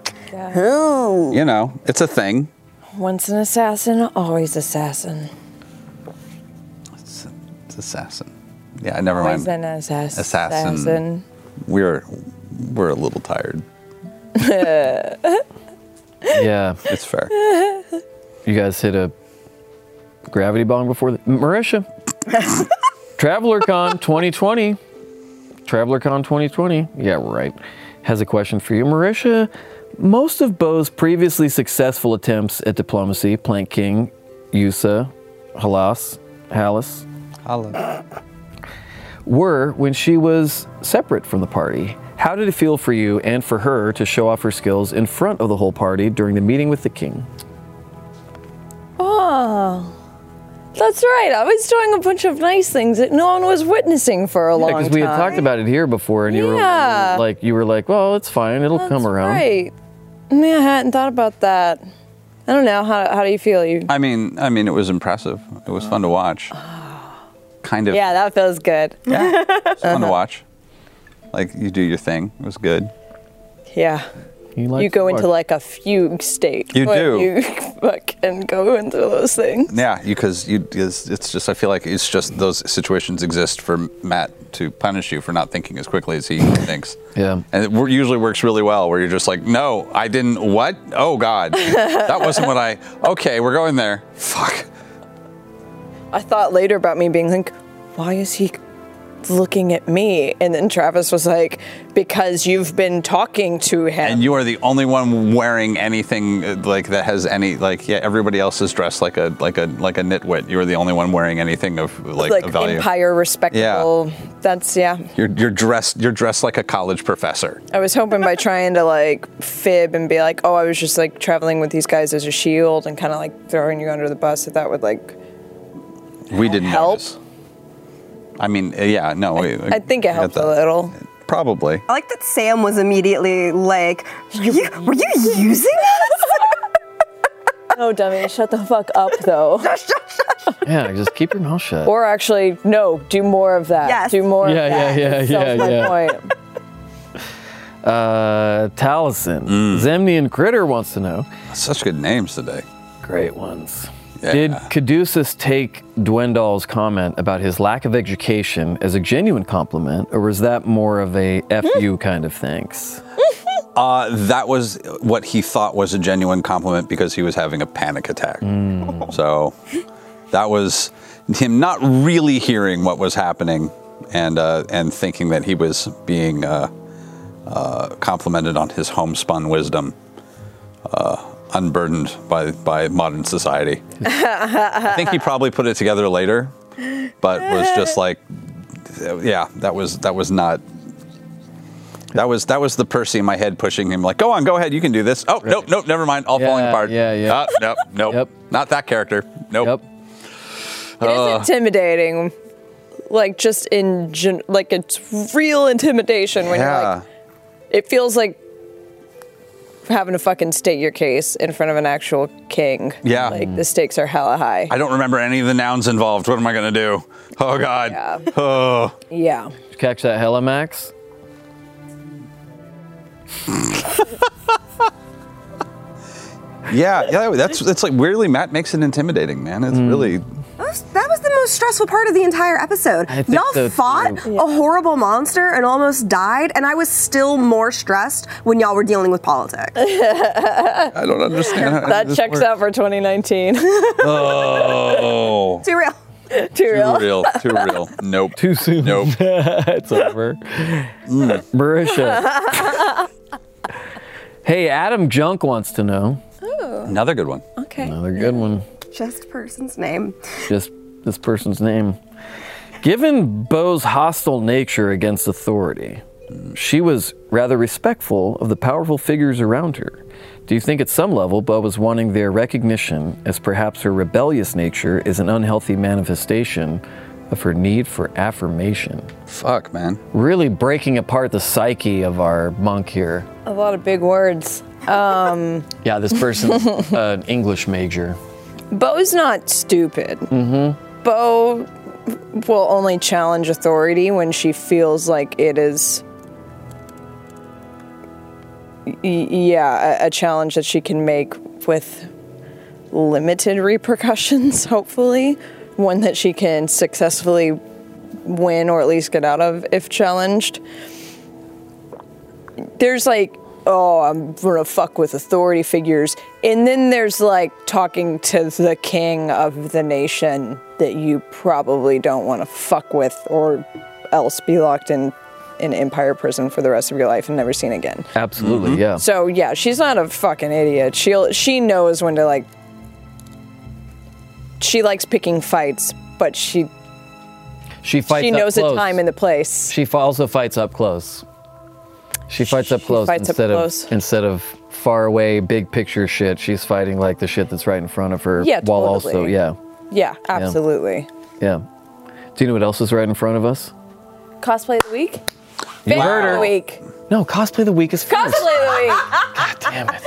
Speaker 4: Ooh.
Speaker 5: You know, it's a thing.
Speaker 7: Once an assassin, always assassin.
Speaker 5: It's assassin. Yeah, never
Speaker 7: Always
Speaker 5: mind.
Speaker 7: an assass-
Speaker 5: Assassin.
Speaker 7: assassin.
Speaker 5: We're we're a little tired.
Speaker 6: Yeah,
Speaker 5: It's fair.
Speaker 6: you guys hit a gravity bong before. The- Marisha, TravelerCon 2020. TravelerCon 2020. Yeah, right. Has a question for you, Marisha. Most of Bo's previously successful attempts at diplomacy, Plank King, Yusa, Halas, Halas, were when she was separate from the party. How did it feel for you and for her to show off her skills in front of the whole party during the meeting with the king?
Speaker 7: Oh, that's right. I was doing a bunch of nice things that no one was witnessing for a long time.
Speaker 6: because we had talked about it here before, and you
Speaker 7: Yeah.
Speaker 6: were like, you were like, well, it's fine, it'll
Speaker 7: That's
Speaker 6: come around.
Speaker 7: Right. Yeah, I hadn't thought about that. I don't know. How, how do you feel? You?
Speaker 5: I mean, I mean, it was impressive. It was fun to watch. Kind of.
Speaker 7: Yeah, that feels good.
Speaker 5: Yeah. It was fun to watch. Like you do your thing. It was good.
Speaker 7: Yeah.
Speaker 6: He likes
Speaker 7: you go
Speaker 6: to
Speaker 7: into
Speaker 6: watch.
Speaker 7: like a fugue state.
Speaker 5: You
Speaker 7: when
Speaker 5: do.
Speaker 7: You *laughs* fucking go into those things.
Speaker 5: Yeah, because you, 'cause it's just. I feel like it's just those situations exist for Matt to punish you for not thinking as quickly as he thinks.
Speaker 6: Yeah.
Speaker 5: And it wor- usually works really well, where you're just like, "No, I didn't. What? Oh God, that wasn't what I. Okay, we're going there. Fuck.
Speaker 7: I thought later about me being like, why is he looking at me. And then Travis was like, because you've been talking to him.
Speaker 5: And you are the only one wearing anything uh, like that has any like yeah. Everybody else is dressed like a like a like a nitwit. You are the only one wearing anything of like,
Speaker 7: like
Speaker 5: of value.
Speaker 7: empire respectable. That's yeah.
Speaker 5: You're, you're dressed you're dressed like a college professor.
Speaker 7: I was hoping by trying to like fib and be like, oh, I was just like traveling with these guys as a shield and kind of like throwing you under the bus if that would like.
Speaker 5: We didn't
Speaker 7: Help?
Speaker 5: notice. I mean, uh, yeah, no. we-
Speaker 7: I think it
Speaker 5: got
Speaker 7: helped a
Speaker 5: that.
Speaker 7: little.
Speaker 5: Probably.
Speaker 4: I like that Sam was immediately like, "Were you, were *laughs* you using
Speaker 8: No, dummy, shut the fuck up, though.
Speaker 4: us?"
Speaker 6: Yeah, just keep your mouth shut.
Speaker 7: *laughs* Or actually, no, do more of that.
Speaker 4: Yes.
Speaker 7: Do more
Speaker 6: Yeah,
Speaker 7: of that.
Speaker 6: yeah, yeah,
Speaker 7: That's
Speaker 6: yeah,
Speaker 7: my
Speaker 6: yeah.
Speaker 5: *laughs*
Speaker 7: point.
Speaker 6: Uh, Taliesin, Zemnian Critter wants to know.
Speaker 5: Such good names today.
Speaker 6: Great ones.
Speaker 5: Yeah.
Speaker 6: Did Caduceus take Dwendal's comment about his lack of education as a genuine compliment, or was that more of a F
Speaker 7: Hmm.
Speaker 6: you kind of thanks?
Speaker 5: Uh, that was what he thought was a genuine compliment because he was having a panic attack. *laughs* So that was him not really hearing what was happening and uh, and thinking that he was being uh, uh, complimented on his homespun wisdom, uh, unburdened by by modern society. I think he probably put it together later, but was just like, yeah, that was that was not that was that was the Percy in my head pushing him like, go on, go ahead, you can do this. Oh nope, nope, never mind, all falling
Speaker 6: Yeah,
Speaker 5: apart.
Speaker 6: yeah, yeah.
Speaker 5: Ah, nope, nope,
Speaker 6: Yep.
Speaker 5: not that character. Nope.
Speaker 6: Yep.
Speaker 7: It is intimidating. Like just in gen- like it's real intimidation when you're like
Speaker 5: Yeah.
Speaker 7: It feels like having to fucking state your case in front of an actual king.
Speaker 5: Yeah.
Speaker 7: Like the stakes are hella high.
Speaker 5: I don't remember any of the nouns involved. What am I gonna do? Oh God.
Speaker 7: Yeah.
Speaker 5: Oh.
Speaker 7: yeah.
Speaker 6: Did you catch that hella, Max?
Speaker 5: Yeah, yeah. That's that's like weirdly Matt makes it intimidating, man.
Speaker 6: Hmm.
Speaker 5: It's really
Speaker 4: That was- That was the most stressful part of the entire episode.
Speaker 6: I think
Speaker 4: Y'all
Speaker 6: so,
Speaker 4: fought
Speaker 6: too.
Speaker 4: a horrible monster and almost died, and I was still more stressed when y'all were dealing with *laughs* politics.
Speaker 5: I don't understand. How
Speaker 7: That checks out for *laughs* 2019.
Speaker 5: Oh.
Speaker 4: Too real.
Speaker 7: Too
Speaker 5: Too
Speaker 7: real.
Speaker 5: real. Too real. Nope.
Speaker 6: Too soon. *laughs*
Speaker 5: Nope.
Speaker 6: it's over. Marisha.
Speaker 7: *laughs*
Speaker 6: hey, Adam Junk wants to know.
Speaker 5: Another good one.
Speaker 7: Okay.
Speaker 6: Another good one.
Speaker 4: Just person's name.
Speaker 6: just this person's name. Given Bo's hostile nature against authority, she was rather respectful of the powerful figures around her. Do you think at some level Bo was wanting their recognition as perhaps her rebellious nature is an unhealthy manifestation of her need for affirmation?
Speaker 5: Fuck, man.
Speaker 6: Really breaking apart the psyche of our monk here.
Speaker 7: A lot of big words.
Speaker 6: Yeah, this *laughs* person's an English major.
Speaker 7: Bo's not stupid. Mm-hmm. Bo will only challenge authority when she feels like it is. y- Yeah, a, a challenge that she can make with limited repercussions, *laughs* hopefully. One that she can successfully win or at least get out of if challenged. There's like, oh, I'm gonna fuck with authority figures. And then there's like talking to the king of the nation that you probably don't wanna fuck with or else be locked in an empire prison for the rest of your life and never seen again.
Speaker 6: Absolutely, yeah.
Speaker 7: So yeah, she's not a fucking idiot. She'll she knows when to like. She likes picking fights, but she
Speaker 6: She fights
Speaker 7: she
Speaker 6: up
Speaker 7: knows the
Speaker 6: close.
Speaker 7: time and the place.
Speaker 6: She fa- also fights up close. She fights up
Speaker 7: She
Speaker 6: close
Speaker 7: fights up
Speaker 6: instead
Speaker 7: close.
Speaker 6: of instead of far away, big picture shit. She's fighting like the shit that's right in front of her.
Speaker 7: Yeah,
Speaker 6: while also,
Speaker 7: totally.
Speaker 6: yeah,
Speaker 7: Yeah, absolutely.
Speaker 6: yeah. Do you know what else is right in front of us?
Speaker 8: Cosplay of the week?
Speaker 6: You
Speaker 7: Favorite
Speaker 6: heard her.
Speaker 7: week.
Speaker 6: No, cosplay the week is first.
Speaker 8: Cosplay of the week!
Speaker 6: Damn it.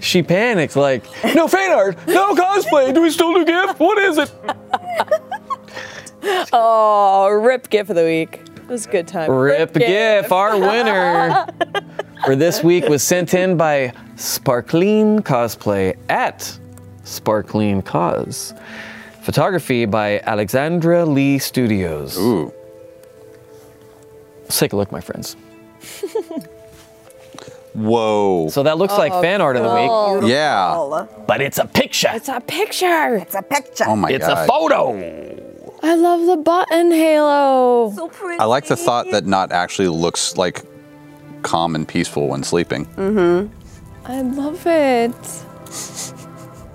Speaker 6: She panics like, no fan art, no cosplay. Do we still do gift? What is it?
Speaker 7: *laughs* Oh, rip gift of the week. It was a good time.
Speaker 6: Rip
Speaker 7: gift.
Speaker 6: Giff, our winner for this week was sent in by Sparkleen Cosplay at Sparkleen Cause. Photography by Alexandra Lee Studios.
Speaker 5: Ooh.
Speaker 6: Let's take a look, my friends.
Speaker 5: Whoa.
Speaker 6: So that looks like fan art of the week,
Speaker 4: Beautiful.
Speaker 5: Yeah.
Speaker 6: but it's a picture.
Speaker 8: It's a picture.
Speaker 4: It's a picture.
Speaker 5: Oh my
Speaker 6: It's
Speaker 5: god.
Speaker 6: a photo.
Speaker 8: I love the button halo.
Speaker 4: So pretty.
Speaker 5: I like the thought that not actually looks like calm and peaceful when sleeping.
Speaker 8: I love it.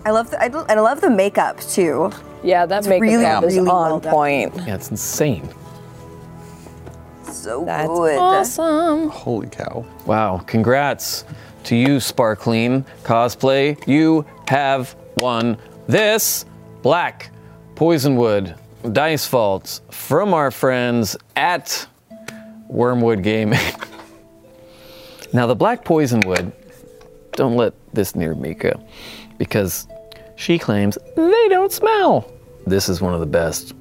Speaker 4: I love the, I, do- I love the makeup too.
Speaker 7: Yeah, that makeup
Speaker 4: really,
Speaker 7: is
Speaker 4: really
Speaker 7: on
Speaker 4: well done.
Speaker 7: point.
Speaker 6: Yeah, it's insane.
Speaker 4: So
Speaker 7: That's
Speaker 4: good.
Speaker 8: Awesome.
Speaker 5: Holy cow.
Speaker 6: Wow, congrats to you, Sparkleen Cosplay. You have won this black poisonwood dice vault from our friends at Wormwood Gaming. *laughs* now, the black poisonwood, don't let this near Mika because she claims they don't smell. This is one of the best.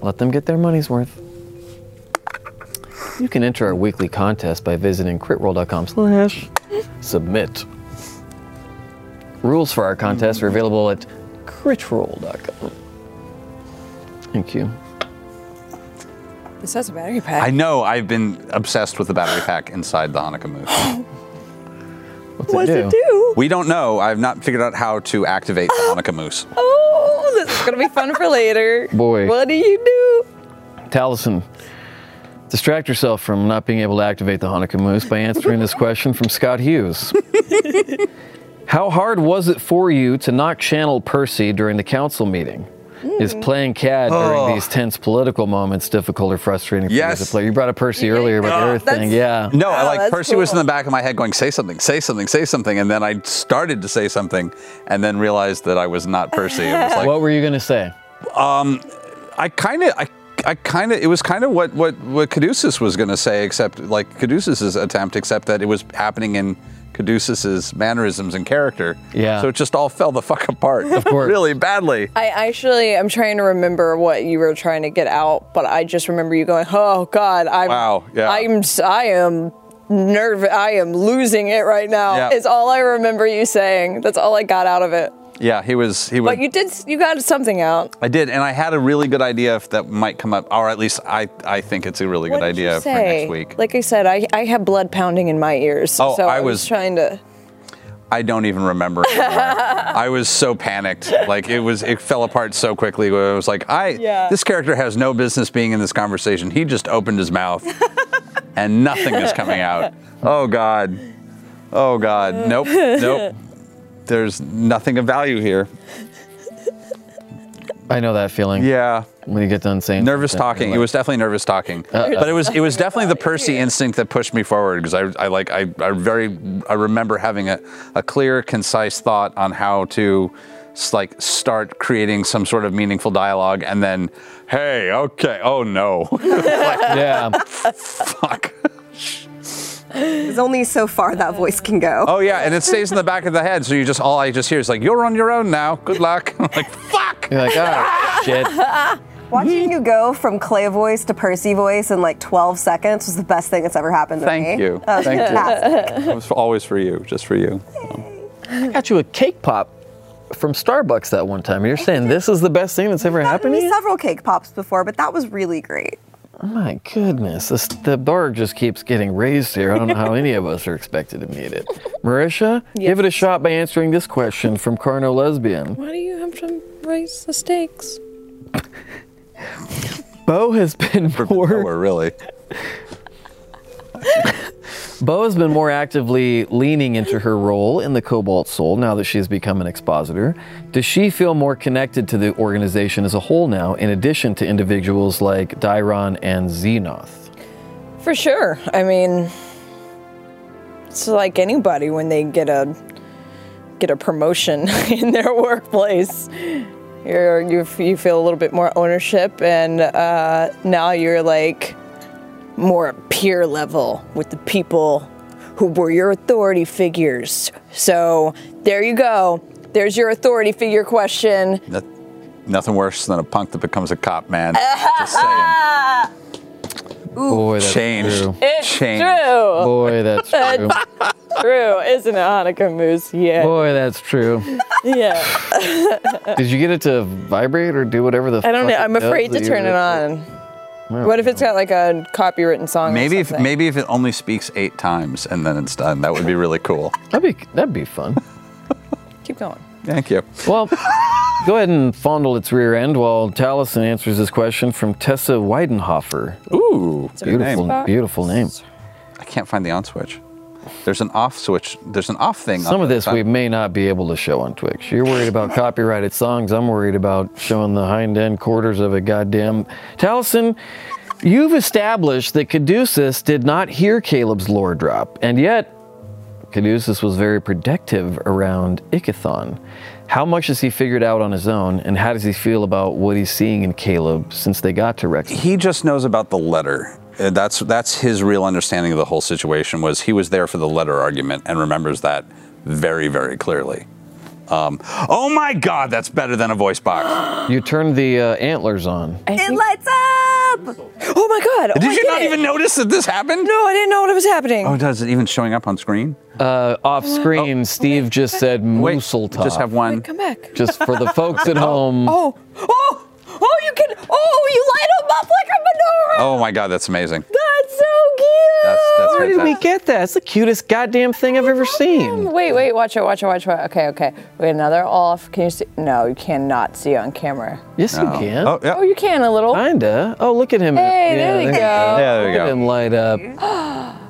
Speaker 6: Let them get their money's worth. You can enter our weekly contest by visiting critroll.com slash submit. Rules for our contest are available at critroll.com. Thank you.
Speaker 7: This has a battery pack.
Speaker 5: I know I've been obsessed with the battery pack inside the Hanukkah move.
Speaker 7: *gasps*
Speaker 6: What's it do?
Speaker 5: We don't know. I've not figured out how to activate the Hanukkah
Speaker 7: *laughs*
Speaker 5: moose.
Speaker 7: Oh, this is gonna be fun for later.
Speaker 6: Boy.
Speaker 7: What do you do?
Speaker 6: Taliesin, distract yourself from not being able to activate the Hanukkah moose by answering this question from Scott Hughes.
Speaker 5: *laughs*
Speaker 6: How hard was it for you to not channel Percy during the council meeting? Is
Speaker 5: Mm.
Speaker 6: playing CAD during these tense political moments difficult or frustrating for you as
Speaker 5: Yes.
Speaker 6: a player? You brought up Percy earlier about the Earth thing, yeah.
Speaker 5: No, I like
Speaker 7: that's
Speaker 5: Percy was in
Speaker 7: cool.
Speaker 5: the back of my head going, say something, say something, say something. And then I started to say something and then realized that I was not Percy. It was
Speaker 7: *laughs*
Speaker 5: like,
Speaker 6: What were you gonna say?
Speaker 5: I kind of, I, I kind of, it was kind of what, what, what Caduceus was going to say, except like Caduceus's attempt, except that it was happening in Caduceus's mannerisms and character.
Speaker 6: Yeah.
Speaker 5: So it just all fell the fuck apart. Of
Speaker 6: course.
Speaker 5: *laughs* really badly.
Speaker 7: I actually am trying to remember what you were trying to get out, but I just remember you going, "Oh God, I'm
Speaker 5: Wow, yeah.
Speaker 7: I'm I am nervous. I am losing it right now."
Speaker 5: Yeah.
Speaker 7: It's all I remember you saying. That's all I got out of it.
Speaker 5: Yeah, he was, he was.
Speaker 7: But you did you got something out.
Speaker 5: I did, and I had a really good idea if that might come up, or at least I, I think it's a really
Speaker 7: What
Speaker 5: good
Speaker 7: did you
Speaker 5: idea for
Speaker 7: say?
Speaker 5: next week.
Speaker 7: Like I said, I I have blood pounding in my ears.
Speaker 5: Oh,
Speaker 7: so
Speaker 5: I
Speaker 7: I was,
Speaker 5: was-
Speaker 7: trying to.
Speaker 5: I don't even remember.
Speaker 7: *laughs*
Speaker 5: anymore. I was so panicked. Like it was, it fell apart so quickly. Where I was like, I,
Speaker 7: Yeah.
Speaker 5: this character has no business being in this conversation. He just opened his
Speaker 7: *laughs*
Speaker 5: mouth, and nothing is coming out. Oh God, oh God, nope,
Speaker 7: *laughs*
Speaker 5: nope. There's nothing of value here.
Speaker 6: I know that feeling.
Speaker 5: Yeah,
Speaker 6: When you get done saying
Speaker 5: nervous
Speaker 6: something,
Speaker 5: talking.
Speaker 6: you're
Speaker 5: It
Speaker 6: like,
Speaker 5: was definitely nervous talking, but it was it was definitely the Percy instinct that pushed me forward because I, I like I, I very I remember having a, a clear concise thought on how to s- like start creating some sort of meaningful dialogue and then hey okay oh no *laughs* like,
Speaker 6: Yeah.
Speaker 5: fuck
Speaker 4: There's only so far that voice can go.
Speaker 5: oh yeah and it stays in the back of the head so you just all I just hear is like you're on your own now good luck *laughs* I'm like fuck
Speaker 6: You're like,
Speaker 5: *laughs*
Speaker 6: oh shit.
Speaker 5: Mm-hmm.
Speaker 4: Watching you go from Clay voice to Percy voice in like 12 seconds was the best thing that's ever happened to me. Uh,
Speaker 5: thank you
Speaker 4: That was
Speaker 5: thank
Speaker 4: fantastic.
Speaker 5: you it was always for you just for you
Speaker 6: got you a cake pop from Starbucks that one time. You're saying this is the best thing that's ever
Speaker 4: I've
Speaker 6: happened to
Speaker 4: had
Speaker 6: you?
Speaker 4: several cake pops before, but that was really great.
Speaker 6: My goodness, this, the bar just keeps getting raised here. I don't know how any of us are expected to meet it. Marisha, give it a shot by answering this question from Carno Lesbian.
Speaker 8: Why do you have to raise the stakes?
Speaker 6: Bo has been
Speaker 5: oh,
Speaker 6: more
Speaker 5: we're really
Speaker 6: Bo has been more actively leaning into her role in the Cobalt Soul now that she's become an expositor. Does she feel more connected to the organization as a whole now, in addition to individuals like Dairon and Xenoth?
Speaker 7: For sure. I mean, it's like anybody when they get a get a promotion *laughs* in their workplace. You're, you f- you feel a little bit more ownership, and uh, now you're like more at peer level with the people who were your authority figures. So there you go. There's your authority figure question.
Speaker 5: That, nothing worse than a punk that becomes a cop, man. Just saying.
Speaker 6: Boy, *laughs* that's
Speaker 5: Changed.
Speaker 6: true.
Speaker 7: It's
Speaker 5: Changed.
Speaker 7: true,
Speaker 6: Boy, that's true.
Speaker 7: true, isn't it, Hanukkah Moose? Yeah,
Speaker 6: Boy, that's true.
Speaker 7: yeah.
Speaker 6: Did you get it to vibrate or do whatever the?
Speaker 7: I don't know. I'm afraid to turn it on. What if it's got like a copywritten song? or
Speaker 5: Maybe if
Speaker 7: something?
Speaker 5: maybe if it only speaks eight times and then it's done, that would be really cool.
Speaker 6: That'd be that'd be fun.
Speaker 7: Keep going.
Speaker 5: Thank you.
Speaker 6: Well, go ahead and fondle its rear end while Taliesin answers this question from Tessa Weidenhofer.
Speaker 5: Ooh,
Speaker 6: Beautiful, beautiful name.
Speaker 5: I can't find the on switch. There's an off switch. There's an off thing.
Speaker 6: Some
Speaker 5: on
Speaker 6: of this
Speaker 5: side.
Speaker 6: we may not be able to show on Twitch. You're worried about
Speaker 5: *laughs*
Speaker 6: copyrighted songs. I'm worried about showing the hind end quarters of a goddamn. Taliesin, you've established that Caduceus did not hear Caleb's lore drop, and yet Caduceus was very protective around Ichthon. How much has he figured out on his own, and how does he feel about what he's seeing in Caleb since they got to Rex?
Speaker 5: he just knows about the letter. Uh, That's that's his real understanding of the whole situation. Was he was there for the letter argument and remembers that very very clearly. Um, oh my God, that's better than a voice
Speaker 7: *gasps*
Speaker 5: box.
Speaker 6: You turned the uh, antlers on.
Speaker 4: It lights up!
Speaker 7: Oh my god! Oh,
Speaker 5: Did
Speaker 7: I
Speaker 5: you not
Speaker 7: it.
Speaker 5: even notice that this happened?
Speaker 7: No, I didn't know what was happening.
Speaker 5: Oh, does it even showing up on screen?
Speaker 6: Uh, off screen, Steve just said
Speaker 5: Oh. Wait,
Speaker 6: Mooseltop.
Speaker 5: just have one.
Speaker 8: Come back.
Speaker 6: just for the folks
Speaker 5: *laughs*
Speaker 6: at home.
Speaker 7: Oh, oh, oh! You can. Oh, you light them up like a menorah.
Speaker 5: Oh my God, that's amazing.
Speaker 7: That's so cute.
Speaker 5: That's, that's
Speaker 6: Where did we
Speaker 5: fantastic.
Speaker 6: get that? It's the cutest goddamn thing I've ever seen.
Speaker 7: Wait, wait, watch it, watch it, watch it. Okay, okay. Wait, another off. Can you see? No, you cannot see on camera.
Speaker 6: Yes, you can.
Speaker 5: Oh, yeah.
Speaker 8: Oh, you can a little.
Speaker 6: Kinda. Oh, look at him.
Speaker 8: Hey, there you go.
Speaker 5: Yeah, there
Speaker 6: Look
Speaker 5: you
Speaker 6: at
Speaker 5: go.
Speaker 6: him light up.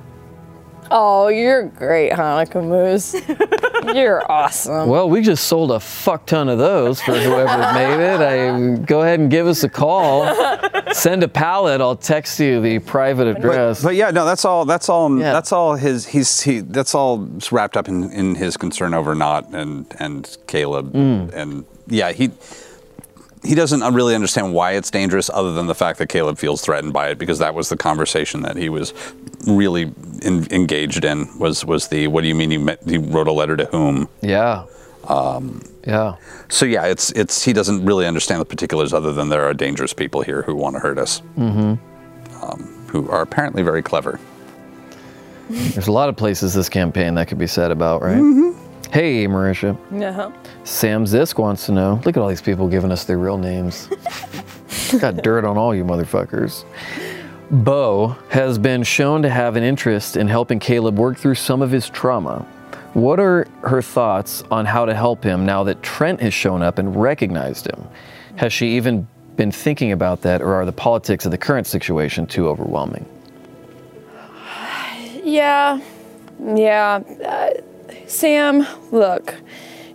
Speaker 7: Oh, you're great, Hanukkah Moose. *laughs*
Speaker 6: *laughs*
Speaker 7: you're awesome.
Speaker 6: Well, we just sold a fuck ton of those for
Speaker 8: *laughs*
Speaker 6: whoever made it. I go ahead and give us a call. Send a pallet. I'll text you the private address.
Speaker 5: But yeah, no, that's all. That's all.
Speaker 6: Yeah.
Speaker 5: That's all. His he's he. That's all wrapped up in, in his concern over Not and and Caleb
Speaker 6: Mm.
Speaker 5: and yeah he he doesn't uh, really understand why it's dangerous other than the fact that Caleb feels threatened by it because that was the conversation that he was really in, engaged in was was the what do you mean you, met, you wrote a letter to whom
Speaker 6: yeah.
Speaker 5: um,
Speaker 6: yeah.
Speaker 5: so yeah it's it's he doesn't really understand the particulars other than there are dangerous people here who want to hurt us mm-hmm. um, who are apparently very clever
Speaker 6: There's a lot of places this campaign that could be said about, right?
Speaker 5: Mm-hmm.
Speaker 6: Hey, Marisha.
Speaker 8: No.
Speaker 6: Sam Zisk wants to know. Look at all these people giving us their real
Speaker 7: *laughs*
Speaker 6: names. Got dirt on all you motherfuckers. Bo has been shown to have an interest in helping Caleb work through some of his trauma. What are her thoughts on how to help him now that Trent has shown up and recognized him? Has she even been thinking about that, or are the politics of the current situation too overwhelming?
Speaker 8: Yeah. Yeah. Uh, Sam, look,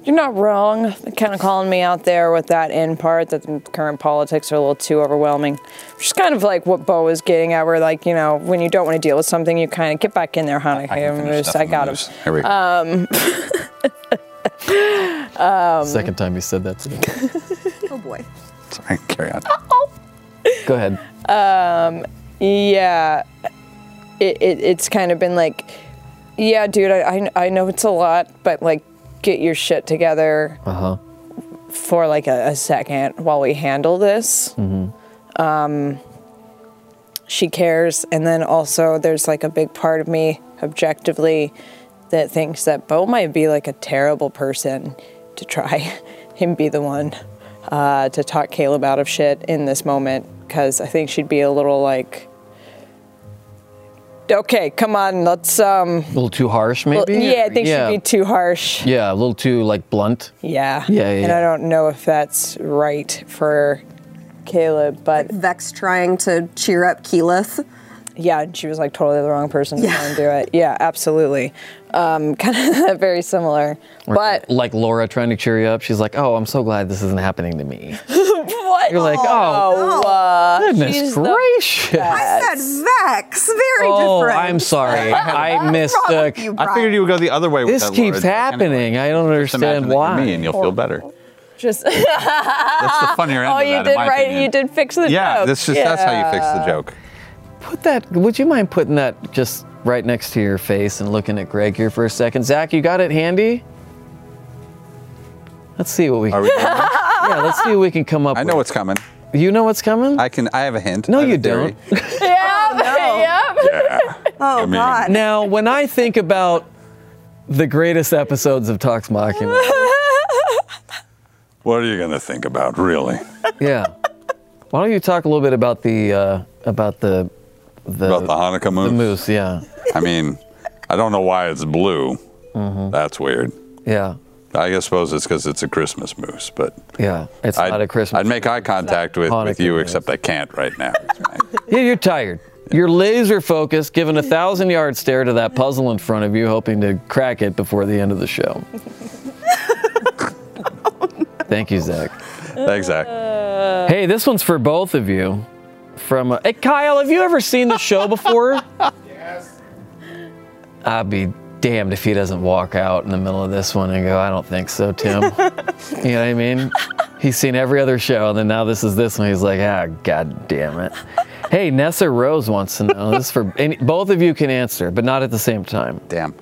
Speaker 8: you're not wrong.
Speaker 7: Kind of calling me out there with that end part that the current politics are a little too overwhelming. Which is kind of like what Bo was getting at, where like, you know, when you don't want to deal with something, you kind of get back in there, Hanukkah
Speaker 5: can finish
Speaker 7: Moose.
Speaker 5: stuff
Speaker 7: I
Speaker 5: on the
Speaker 7: got him. Uh,
Speaker 5: news. Here we go.
Speaker 6: Second time you said that today.
Speaker 4: Oh boy.
Speaker 5: Sorry, carry on.
Speaker 6: Go ahead.
Speaker 7: Yeah, it, it, it's kind of been like, yeah, dude, I, I, I know it's a lot, but like, get your shit together
Speaker 6: Uh huh.
Speaker 7: for like a, a second while we handle this. Um, she cares, and then also there's like a big part of me, objectively, that thinks that Bo might be like a terrible person to try *laughs* and be the one uh, to talk Caleb out of shit in this moment because I think she'd be a little like. Okay, come on, let's um
Speaker 6: A little too harsh,
Speaker 7: well,
Speaker 6: maybe?
Speaker 7: yeah, I think she'd be too harsh.
Speaker 6: Yeah, a little too like blunt.
Speaker 7: Yeah.
Speaker 6: Yeah, yeah,
Speaker 7: And
Speaker 6: yeah.
Speaker 7: I don't know if that's right for Caleb, but
Speaker 4: Vex trying to cheer up Keyleth.
Speaker 7: yeah, she was like totally the wrong person to try and do it. Yeah, absolutely. Um, *laughs* kind of very similar. But
Speaker 6: Like Laura trying to cheer you up. She's like, "Oh, I'm so glad this isn't happening to
Speaker 4: *laughs*
Speaker 6: me."
Speaker 7: what?
Speaker 6: You're like, "Oh,
Speaker 4: Uh,
Speaker 6: goodness
Speaker 7: she's the
Speaker 6: gracious."
Speaker 4: I said Vex. Very
Speaker 6: Oh,
Speaker 4: different.
Speaker 6: I'm
Speaker 4: *laughs*
Speaker 6: sorry. I mistook.
Speaker 4: You,
Speaker 5: I
Speaker 4: Brian.
Speaker 5: figured you would go the other way with
Speaker 6: This
Speaker 5: that,
Speaker 6: keeps
Speaker 5: Laura.
Speaker 6: happening. I don't
Speaker 5: Just
Speaker 6: understand
Speaker 5: imagine that you're
Speaker 6: why.
Speaker 5: me and you'll
Speaker 7: *laughs*
Speaker 5: feel better.
Speaker 7: just *laughs*
Speaker 5: That's the funnier end
Speaker 7: oh,
Speaker 5: of
Speaker 7: you
Speaker 5: that, in
Speaker 7: did
Speaker 5: my
Speaker 7: right.
Speaker 5: opinion.
Speaker 7: You did fix the
Speaker 5: Yeah,
Speaker 7: joke.
Speaker 5: that's just that's how you fix the joke.
Speaker 6: Put that. Would you mind putting that just right next to your face and looking at Greg here for a second? Zach, you got it handy. Let's see
Speaker 5: *laughs*
Speaker 6: what we.
Speaker 5: Are
Speaker 6: Can,
Speaker 5: we doing this?
Speaker 6: yeah, let's see what we can come up.
Speaker 5: I know
Speaker 6: with.
Speaker 5: what's coming.
Speaker 6: You know what's coming.
Speaker 5: I can. I have a hint.
Speaker 6: no,
Speaker 5: I have
Speaker 6: you
Speaker 5: a theory.
Speaker 6: don't.
Speaker 8: Yep.
Speaker 4: Oh
Speaker 5: mean-
Speaker 4: God.
Speaker 6: Now, when I think about the greatest episodes of Talks
Speaker 5: *laughs*
Speaker 6: Machina,
Speaker 5: What are you gonna think about, really?
Speaker 6: yeah, Why don't you talk a little bit about the uh, about the the,
Speaker 5: About the Hanukkah
Speaker 6: the
Speaker 5: moon.
Speaker 6: moose? Yeah,
Speaker 5: I mean, I don't know why it's blue.
Speaker 6: Mm-hmm.
Speaker 5: That's weird.
Speaker 6: yeah,
Speaker 5: I guess suppose it's because it's a Christmas moose, but
Speaker 6: yeah. It's
Speaker 5: I'd,
Speaker 6: not a Christmas.
Speaker 5: I'd make eye contact with, with
Speaker 6: Hanukkah
Speaker 5: you,
Speaker 6: moose.
Speaker 5: except I can't right now.
Speaker 6: *laughs*
Speaker 5: It's my-
Speaker 6: Yeah, you're tired. You're laser focused, giving a thousand yard stare to that puzzle in front of you, hoping to crack it before the end of the show. Thank you, Zach.
Speaker 5: Thanks, Zach.
Speaker 6: Hey, this one's for both of you. From uh, hey, Kyle, have you ever seen the show before? yes. I'd be damned if he doesn't walk out in the middle of this one and go, "I don't think so, Tim." you know what I mean? He's seen every other show, and then now this is this one. He's like, "Ah, god damn it." Hey, Nessa Rose wants to know. This is for any, both of you can answer, but not at the same time.
Speaker 5: Damn.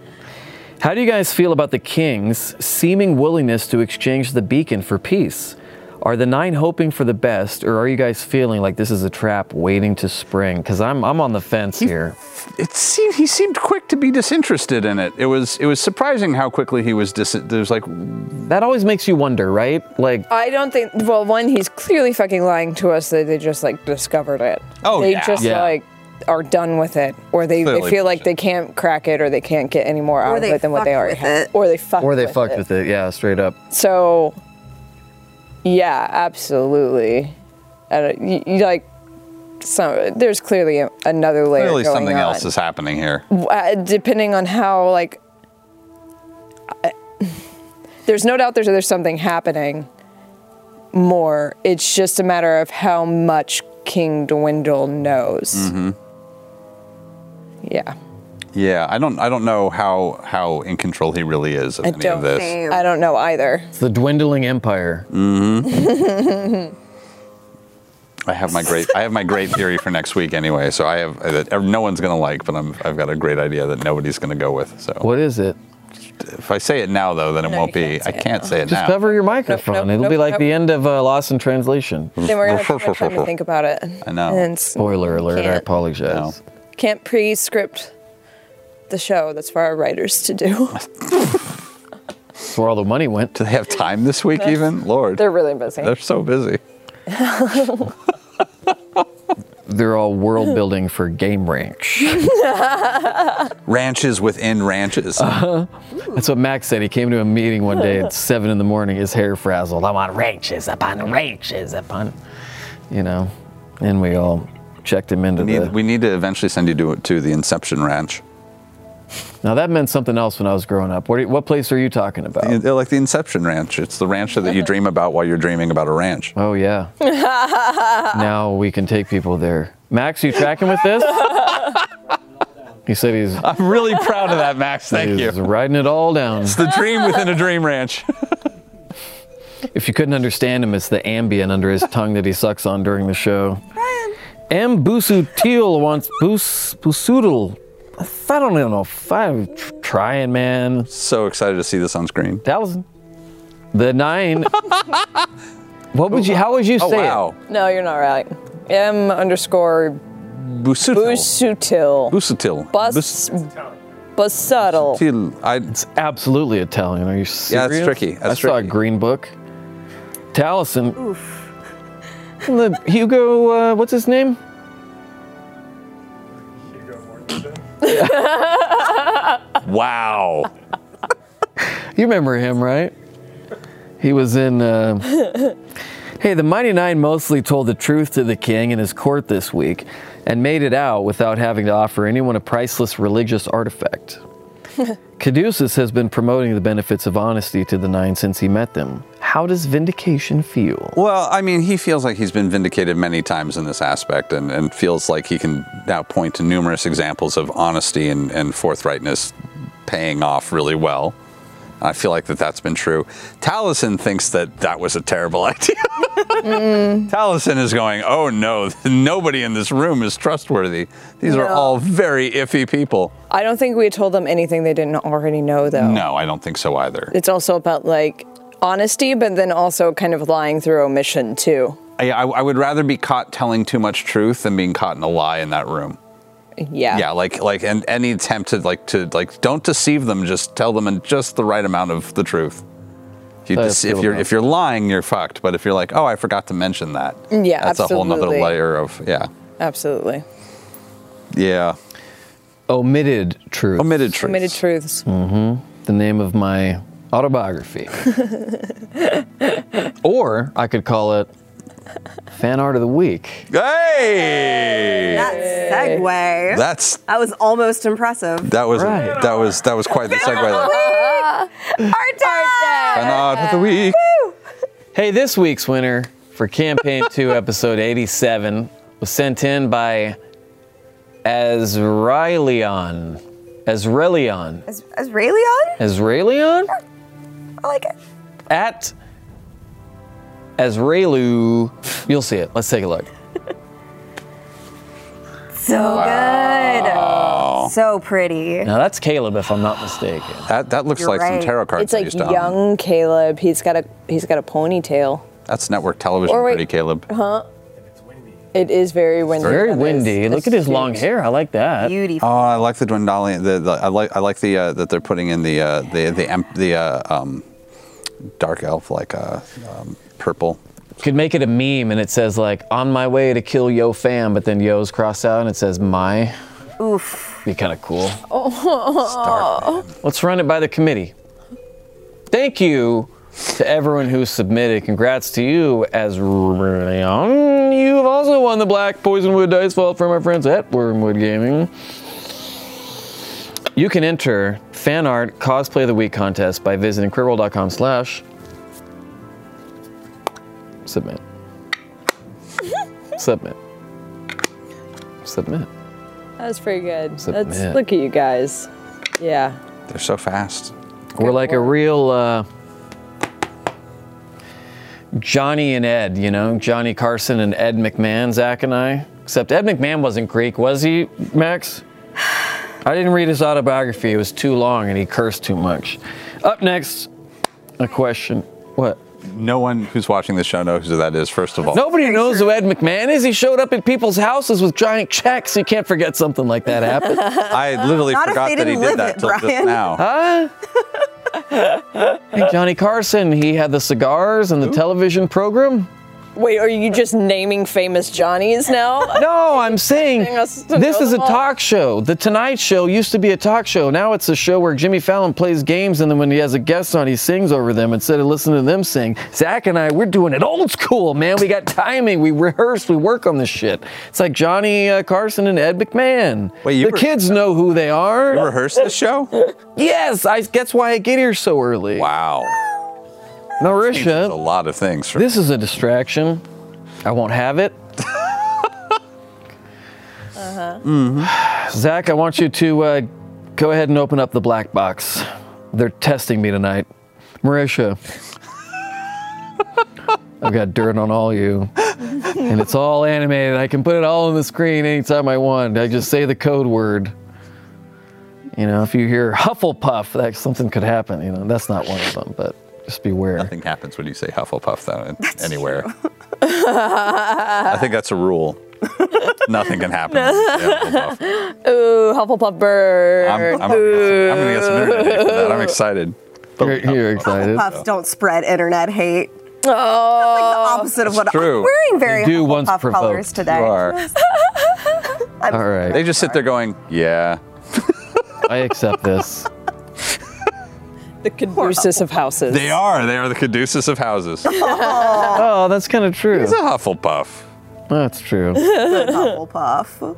Speaker 6: How do you guys feel about the king's seeming willingness to exchange the beacon for peace? Are the nine hoping for the best, or are you guys feeling like this is a trap waiting to spring? Because I'm, I'm on the fence here.
Speaker 5: It seemed he seemed quick to be disinterested in it. It was it was surprising how quickly he was dis. There was like
Speaker 6: That always makes you wonder, right? Like,
Speaker 7: I don't think. Well, one, he's clearly fucking lying to us that they just like discovered it.
Speaker 5: Oh,
Speaker 7: they
Speaker 5: yeah.
Speaker 7: just
Speaker 6: Yeah.
Speaker 7: like are done with it, or they, they
Speaker 5: Clearly
Speaker 7: feel like
Speaker 5: bullshit.
Speaker 7: they can't crack it, or they can't get any more out of
Speaker 4: they
Speaker 7: it than what they
Speaker 4: fucked
Speaker 7: already
Speaker 4: with
Speaker 7: have,
Speaker 4: it.
Speaker 7: or they fucked.
Speaker 6: or they
Speaker 7: with
Speaker 6: fucked
Speaker 7: it.
Speaker 6: with it. Yeah, straight up.
Speaker 7: So, yeah, absolutely. I don't- you, you, like, some there's clearly a, another layer.
Speaker 5: clearly
Speaker 7: going
Speaker 5: something
Speaker 7: on.
Speaker 5: else is happening here.
Speaker 7: Uh, depending on how like. I- *sighs* there's no doubt there's there's something happening. More, it's just a matter of how much King Dwindle knows.
Speaker 5: Mm-hmm.
Speaker 7: Yeah,
Speaker 5: Yeah, I don't I don't know how how in control he really is of any
Speaker 7: don't
Speaker 5: of this.
Speaker 4: Same.
Speaker 7: I don't know either.
Speaker 6: It's the dwindling empire.
Speaker 5: I have my great I have my great theory for next week anyway. So I have that no one's gonna like, but I'm I've got a great idea that nobody's gonna go with. So
Speaker 6: What is it?
Speaker 5: if I say it now though, then it
Speaker 7: No,
Speaker 5: won't be.
Speaker 7: you can't
Speaker 5: I
Speaker 7: say it
Speaker 5: can't say it
Speaker 6: Just
Speaker 5: now.
Speaker 6: cover your microphone.
Speaker 7: nope,
Speaker 6: It'll be
Speaker 7: nope,
Speaker 6: like
Speaker 7: nope. Mm.
Speaker 6: the end of uh, Lost in Translation.
Speaker 7: Then we're gonna have to try to think about it. And it's-
Speaker 6: Spoiler alert, I
Speaker 7: can't-
Speaker 6: apologize.
Speaker 7: Can't pre-script the show. That's for our writers to do.
Speaker 6: That's where all the money went.
Speaker 5: Do they have time this week even? Lord,
Speaker 7: *laughs* They're really busy.
Speaker 5: they're so busy.
Speaker 6: They're all
Speaker 7: *laughs*
Speaker 6: world building for Game Ranch.
Speaker 5: Ranches within ranches.
Speaker 6: Uh, That's what Max said. He came to a meeting one day at seven in the morning, his hair frazzled. I'm on ranches upon ranches upon, you know, and we all checked him into
Speaker 5: we, need,
Speaker 6: the.
Speaker 5: we need to eventually send you to to the Inception Ranch.
Speaker 6: now that meant something else when I was growing up. What, are you- what place are you talking about?
Speaker 5: They're like the Inception Ranch. It's the ranch that you dream about while you're dreaming about a ranch.
Speaker 6: oh yeah. now we can take people there. Max, you tracking with this? he said he's.
Speaker 5: I'm really proud of that, Max. Thank you.
Speaker 6: he's riding it all down.
Speaker 5: The dream within a dream ranch.
Speaker 6: If you couldn't understand him, it's the Ambien under his tongue that he sucks on during the show. M. Busutil wants Bus Busutil. I don't even know if I'm tr- trying, man.
Speaker 5: *laughs* so excited to see this on screen.
Speaker 6: Thousand. The
Speaker 5: *laughs*
Speaker 6: nine. what would you? How would you
Speaker 5: Oh
Speaker 6: say
Speaker 5: wow,
Speaker 7: No, you're not right. M underscore
Speaker 5: Busutil.
Speaker 7: Busutil.
Speaker 5: Busutil.
Speaker 7: Bus. Busuttle.
Speaker 5: Busutil. I,
Speaker 6: it? Absolutely Italian. Are you serious?
Speaker 5: that's tricky. That's
Speaker 6: I saw
Speaker 5: tricky.
Speaker 6: a Green Book. Taliesin. Oof. The Hugo. Uh, what's his name?
Speaker 5: wow.
Speaker 6: You remember him, right? He was in. Uh... hey, the Mighty Nine mostly told the truth to the king and his court this week and made it out without having to offer anyone a priceless religious artifact. Caduceus has been promoting the benefits of honesty to the Nine since he met them. How does vindication feel?
Speaker 5: Well, I mean, he feels like he's been vindicated many times in this aspect and, and feels like he can now point to numerous examples of honesty and, and forthrightness paying off really well. I feel like that that's been true. Taliesin thinks that that was a terrible *laughs* idea. Taliesin is going, oh no, *laughs* nobody in this room is trustworthy. These are
Speaker 7: No.
Speaker 5: all very iffy people.
Speaker 7: I don't think we told them anything they didn't already know, though.
Speaker 5: No, I don't think so either.
Speaker 7: It's also about like honesty, but then also kind of lying through omission too.
Speaker 5: I, I, I would rather be caught telling too much truth than being caught in a lie in that room.
Speaker 7: Yeah.
Speaker 5: yeah like like and any attempt to like to like don't deceive them just tell them in just the right amount of the truth If, you
Speaker 6: That's
Speaker 5: just, if
Speaker 6: still
Speaker 5: you're
Speaker 6: enough.
Speaker 5: if you're lying, you're fucked. But if you're like, oh, I forgot to mention that,
Speaker 7: Yeah,
Speaker 5: that's a whole nother
Speaker 7: absolutely.
Speaker 5: layer of yeah,
Speaker 7: Absolutely.
Speaker 5: yeah,
Speaker 6: Omitted Truth.
Speaker 5: omitted truth.
Speaker 7: Committed truths.
Speaker 6: the name of my autobiography. or I could call it Fan Art of the Week.
Speaker 5: Hey,
Speaker 4: That segue.
Speaker 5: that's
Speaker 4: That was almost impressive.
Speaker 5: that was
Speaker 6: Right.
Speaker 5: that was that was quite the segue.
Speaker 4: Art day!
Speaker 5: And odd of the week.
Speaker 6: Hey, this week's winner for Campaign *laughs* 2, Episode 87 was sent in by Azraelion. Azraelion.
Speaker 4: Is, is Raelion?
Speaker 6: Azraelion?
Speaker 4: I like it.
Speaker 6: At Azraelu. You'll see it. Let's take a look.
Speaker 4: So
Speaker 5: Oh,
Speaker 4: good. So pretty.
Speaker 6: Now, that's Caleb, if I'm not
Speaker 7: *gasps*
Speaker 6: mistaken.
Speaker 5: That that looks
Speaker 4: You're
Speaker 5: like
Speaker 4: right.
Speaker 5: some tarot cards.
Speaker 7: It's
Speaker 5: I
Speaker 7: like
Speaker 5: used to hum.
Speaker 7: young Caleb. He's got a he's got a ponytail.
Speaker 5: That's network television,
Speaker 7: Or wait.
Speaker 5: pretty Caleb.
Speaker 7: It is very windy.
Speaker 6: Very
Speaker 7: That is-
Speaker 6: windy.
Speaker 7: that's
Speaker 6: Look at his long
Speaker 7: huge.
Speaker 6: hair. I like that.
Speaker 4: Beautiful.
Speaker 5: Oh, I like the Dwendalian. The, the, I like I like the uh, that they're putting in the uh, the the em- the uh, um, dark elf like uh, um, purple.
Speaker 6: could make it a meme and it says like on my way to kill yo fam but then yo's crossed out and it says my
Speaker 4: Oof.
Speaker 6: be kind of cool
Speaker 5: It's dark,
Speaker 4: Oh.
Speaker 5: man.
Speaker 6: let's run it by the committee thank you to everyone who submitted congrats to you as you've also won the black poisonwood dice vault from our friends at wormwood gaming you can enter fan art cosplay of the week contest by visiting queerworld.com slash submit submit submit
Speaker 7: That's pretty good.
Speaker 6: Submit.
Speaker 7: That's look at you guys. Yeah.
Speaker 5: They're so fast.
Speaker 6: We're like a real uh, Johnny and Ed, you know, Johnny Carson and Ed McMahon, Zach and I. Except Ed McMahon wasn't Greek, was he, Max? I didn't read his autobiography. It was too long and he cursed too much. Up next, a question. What?
Speaker 5: No one who's watching this show knows who that is. First of all,
Speaker 6: Nobody knows who Ed McMahon is. He showed up at people's houses with giant checks. You can't forget something like that happened.
Speaker 5: I literally
Speaker 4: Not if
Speaker 5: forgot
Speaker 4: they
Speaker 5: that he
Speaker 4: didn't live
Speaker 5: did that
Speaker 4: it,
Speaker 5: till just
Speaker 4: Brian.
Speaker 5: now.
Speaker 6: Hey, Johnny Carson, he had the cigars and the television program.
Speaker 7: Wait, are you just naming famous
Speaker 6: *laughs*
Speaker 7: Johnnies now?
Speaker 6: No, I'm saying
Speaker 7: us to
Speaker 6: this
Speaker 7: know
Speaker 6: is a
Speaker 7: them all.
Speaker 6: talk show. The Tonight Show used to be a talk show. Now it's a show where Jimmy Fallon plays games, and then when he has a guest on, he sings over them instead of listening to them sing. Zach and I, we're doing it old school, man. We got timing. We rehearse. We work on this shit. It's like Johnny uh, Carson and Ed McMahon.
Speaker 5: Wait, you
Speaker 6: the
Speaker 5: were-
Speaker 6: kids know who they are.
Speaker 5: You rehearsed this show?
Speaker 4: *laughs*
Speaker 6: yes, I, that's why I get here so early.
Speaker 5: Wow. There's a
Speaker 6: Marisha,
Speaker 5: lot of things. For,
Speaker 6: this is a distraction. I won't have it. *sighs* Zach, I want you to uh, go ahead and open up the black box. They're testing me tonight. Marisha, *laughs* I've got dirt on all you. And it's all animated. I can put it all on the screen anytime I want. I just say the code word. You know, if you hear Hufflepuff, that something could happen. You know, that's not one of them, but just beware.
Speaker 5: nothing happens when you say Hufflepuff though, in- anywhere. I think that's
Speaker 4: *laughs*
Speaker 5: a rule. nothing can happen. when you say Hufflepuff.
Speaker 7: Ooh, Hufflepuff bird.
Speaker 5: I'm, I'm, I'm gonna get some internet hate for that. I'm excited.
Speaker 6: You're, you're excited.
Speaker 4: Puffs don't spread internet hate.
Speaker 7: Oh,
Speaker 4: the opposite of what
Speaker 5: true.
Speaker 4: I'm wearing very
Speaker 6: do once
Speaker 4: Hufflepuff
Speaker 6: provoke.
Speaker 4: colors today. *laughs*
Speaker 5: You are.
Speaker 6: All right.
Speaker 5: They just sit there going, yeah.
Speaker 6: I accept this.
Speaker 7: the caduceus of houses.
Speaker 5: They are. They are the caduceus of *laughs* houses. It's
Speaker 6: Oh, that's kind of true.
Speaker 5: a Hufflepuff.
Speaker 6: That's true.
Speaker 4: Hufflepuff.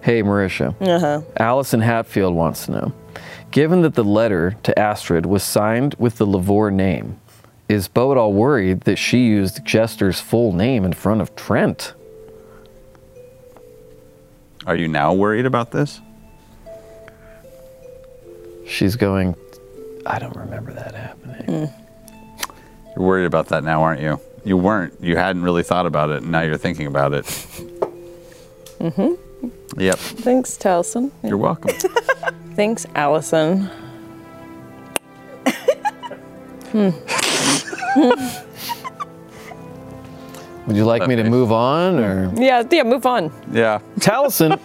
Speaker 6: Hey, Marisha. Uh-huh. Allison Hatfield wants to know Given that the letter to Astrid was signed with the Lavore name, is Bo at all worried that she used Jester's full name in front of Trent?
Speaker 5: Are you now worried about this?
Speaker 6: She's going, I don't remember that happening.
Speaker 5: You're worried about that now, aren't you? You weren't. You hadn't really thought about it, and now you're thinking about it. Mm-hmm. Yep.
Speaker 7: Thanks, Towson.
Speaker 5: You're welcome.
Speaker 7: Thanks, Allison.
Speaker 6: Would you like me to move on or?
Speaker 7: Yeah, yeah. Move on.
Speaker 5: yeah.
Speaker 6: Taliesin,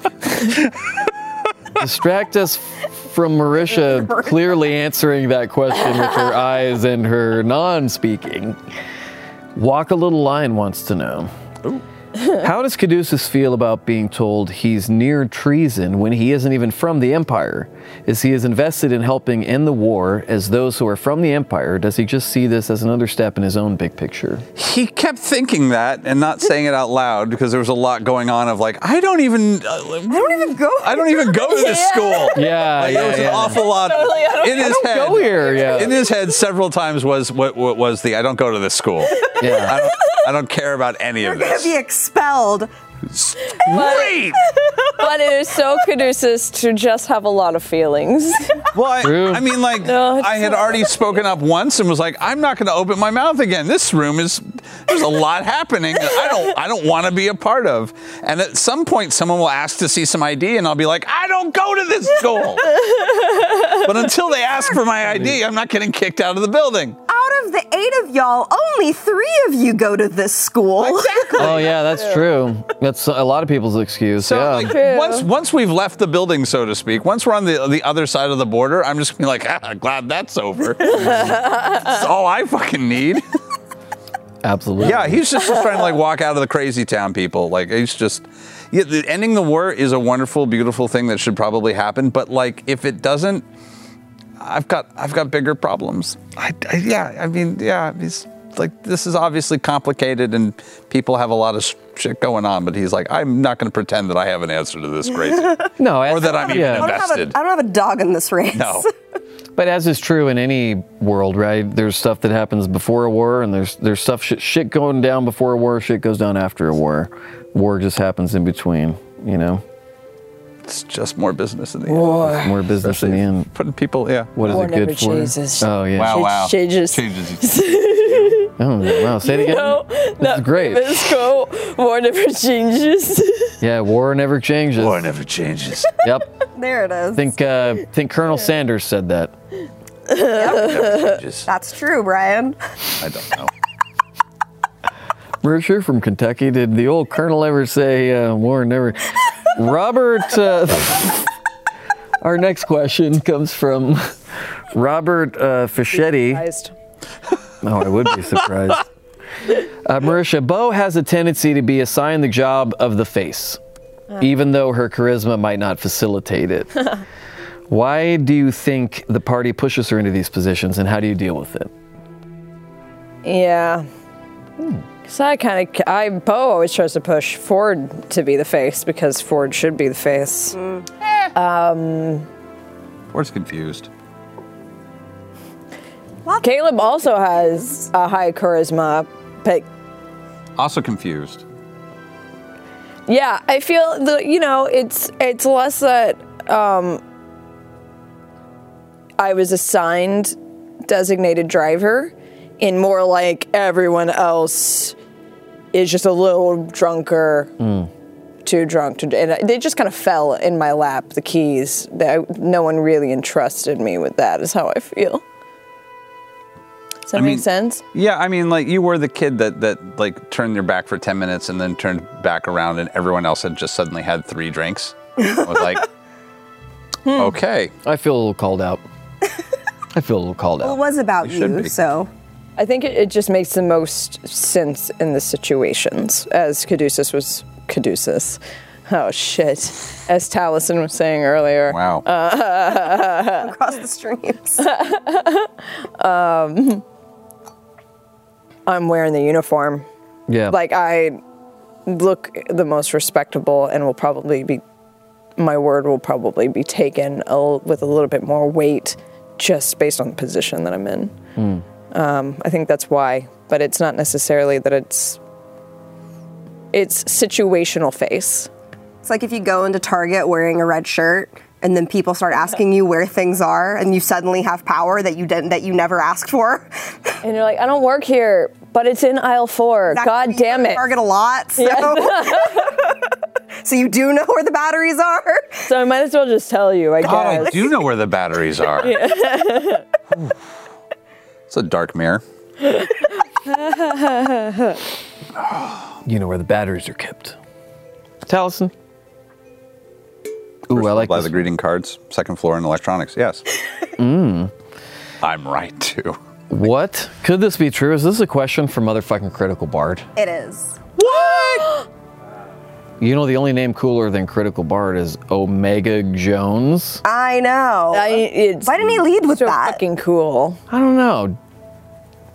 Speaker 6: *laughs* distract us from Marisha clearly answering that question with her eyes and her non speaking. Walk a Little Line wants to know How does Caduceus feel about being told he's near treason when he isn't even from the Empire? Is he as invested in helping end the war as those who are from the Empire? Does he just see this as another step in his own big
Speaker 5: *laughs*
Speaker 6: picture?
Speaker 5: he kept thinking that and not saying it out loud because there was a lot going on of like I don't even I don't even
Speaker 4: go
Speaker 5: I don't even go to this school.
Speaker 6: *laughs* Yeah, yeah,
Speaker 5: Like, there was an
Speaker 6: yeah.
Speaker 5: awful lot in his
Speaker 6: don't
Speaker 5: head.
Speaker 6: go here, yeah.
Speaker 5: In his head, several times was what, what was the I don't go to this school.
Speaker 6: Yeah.
Speaker 5: I don't, I don't care about any
Speaker 4: You're
Speaker 5: of
Speaker 4: gonna
Speaker 5: this.
Speaker 4: be expelled.
Speaker 5: Great.
Speaker 8: But it is so Caduceus to just have a lot of feelings.
Speaker 5: Well, I,
Speaker 6: True.
Speaker 5: I mean, like
Speaker 8: No, it's
Speaker 5: I had already spoken up once and was like, I'm not going to open my mouth again. This room is there's a lot happening. That I don't I don't want to be a part of. And at some point, someone will ask to see some ID, and I'll be like, I don't go to this
Speaker 8: *laughs*
Speaker 5: school. but until they ask for my ID, I'm not getting kicked out of the building.
Speaker 4: Out of the eight of y'all, only three of you go to this school.
Speaker 6: Oh, yeah, that's true. That's a lot of people's excuse.
Speaker 5: So
Speaker 6: yeah.
Speaker 5: like, once once we've left the building, so to speak, once we're on the the other side of the border, I'm just gonna be like, *laughs* ah, glad that's
Speaker 8: *laughs*
Speaker 5: over. that's all I fucking need.
Speaker 6: Absolutely.
Speaker 5: Yeah, he's just trying to like walk out of the crazy town people. Like he's just yeah, the, ending the war is a wonderful, beautiful thing that should probably happen. But like if it doesn't, I've got I've got bigger problems. I, I- yeah, I mean yeah, he's like this is obviously complicated and people have a lot of shit going on. But he's like, I'm not going to pretend that I have an answer to this crazy
Speaker 6: No,
Speaker 5: or that I'm even
Speaker 6: yeah.
Speaker 4: I don't, have a,
Speaker 5: invested.
Speaker 4: I don't have a dog in this race.
Speaker 5: No.
Speaker 6: But as is true in any world, right? There's stuff that happens before a war, and there's there's stuff shit, shit going down before a war, shit goes down after a war. War just happens in between, you know.
Speaker 5: It's just more business in the end.
Speaker 6: More business in the end.
Speaker 5: Putting people, yeah.
Speaker 6: What is
Speaker 7: War
Speaker 6: it good
Speaker 7: never
Speaker 6: for?
Speaker 7: changes.
Speaker 6: Oh yeah.
Speaker 5: Wow, wow.
Speaker 7: changes.
Speaker 5: Changes.
Speaker 6: Oh, wow. Say it
Speaker 7: *laughs*
Speaker 6: again.
Speaker 8: no,
Speaker 6: That's great.
Speaker 8: Let's go. War never changes.
Speaker 6: Yeah, war never changes.
Speaker 5: War never changes.
Speaker 6: Yep.
Speaker 4: *laughs* There it is.
Speaker 6: Think uh, think Colonel Sanders said that.
Speaker 5: never changes.
Speaker 4: That's true, Brian.
Speaker 5: I don't know.
Speaker 6: Mercer from Kentucky. Did the old colonel ever say uh, war never? Robert. Uh, *laughs* our next question comes from Robert uh, Fischetti. Oh, I would be surprised. Uh, Marisha, Bo has a tendency to be assigned the job of the face, even though her charisma might not facilitate it. Why do you think the party pushes her into these positions, and how do you deal with it?
Speaker 7: Yeah. So I kind of, I Bo always tries to push Ford to be the face because Ford should be the face.
Speaker 5: Ford's confused.
Speaker 7: Caleb also has a high charisma, but
Speaker 5: Also confused.
Speaker 8: Yeah, I feel the you know it's it's less that um, I was assigned designated driver, and more like everyone else is just a little drunker,
Speaker 5: Hmm.
Speaker 8: too drunk to, and I- they just kind of fell in my lap the keys. That I- no one really entrusted me with that is how I feel. Does that
Speaker 5: I
Speaker 8: make
Speaker 5: mean-
Speaker 8: sense?
Speaker 5: Yeah, I mean, like you were the kid that that like turned their back for ten minutes and then turned back around, and everyone else had just suddenly had three drinks. I was like, okay,
Speaker 6: I feel a little called out. I feel a little called
Speaker 4: Well,
Speaker 6: out.
Speaker 4: it was about
Speaker 5: It should
Speaker 4: you,
Speaker 5: be.
Speaker 4: so *laughs*
Speaker 7: I think it, it just makes the most sense in the situations, as Caduceus was Caduceus. Oh shit, as Taliesin was saying earlier.
Speaker 5: wow.
Speaker 4: across the streams.
Speaker 7: I'm wearing the uniform.
Speaker 6: Yeah.
Speaker 7: Like I look the most respectable, and will probably be. My word will probably be taken a, l- with a little bit more weight, just based on the position that I'm in. Um, I think that's why, but it's not necessarily that it's. It's situational face.
Speaker 4: It's like if you go into Target wearing a red shirt and then people start asking you where things are and you suddenly have power that you didn't that you never asked for. *laughs*
Speaker 8: And you're like, I don't work here, but it's in aisle four.
Speaker 4: That could
Speaker 8: God
Speaker 4: be
Speaker 8: damn
Speaker 4: on
Speaker 8: it!
Speaker 4: Target a lot. So. *laughs* so you do know where the batteries are. *laughs*
Speaker 8: So I might as well just tell you, I
Speaker 5: God,
Speaker 8: guess.
Speaker 5: I do know where the batteries are. Whew. *laughs* it's a dark mirror.
Speaker 6: you know where the batteries are kept. Taliesin. Ooh, I like
Speaker 5: Buy
Speaker 6: this.
Speaker 5: the greeting cards, second floor in electronics. Yes. I'm right too.
Speaker 6: What could this be true? Is this a question for motherfucking Critical Bard?
Speaker 4: It is.
Speaker 6: You know, the only name cooler than Critical Bard is Omega Jones.
Speaker 4: I know.
Speaker 7: I, it's
Speaker 4: Why didn't he lead with
Speaker 7: so
Speaker 4: that?
Speaker 7: fucking cool.
Speaker 6: I don't know,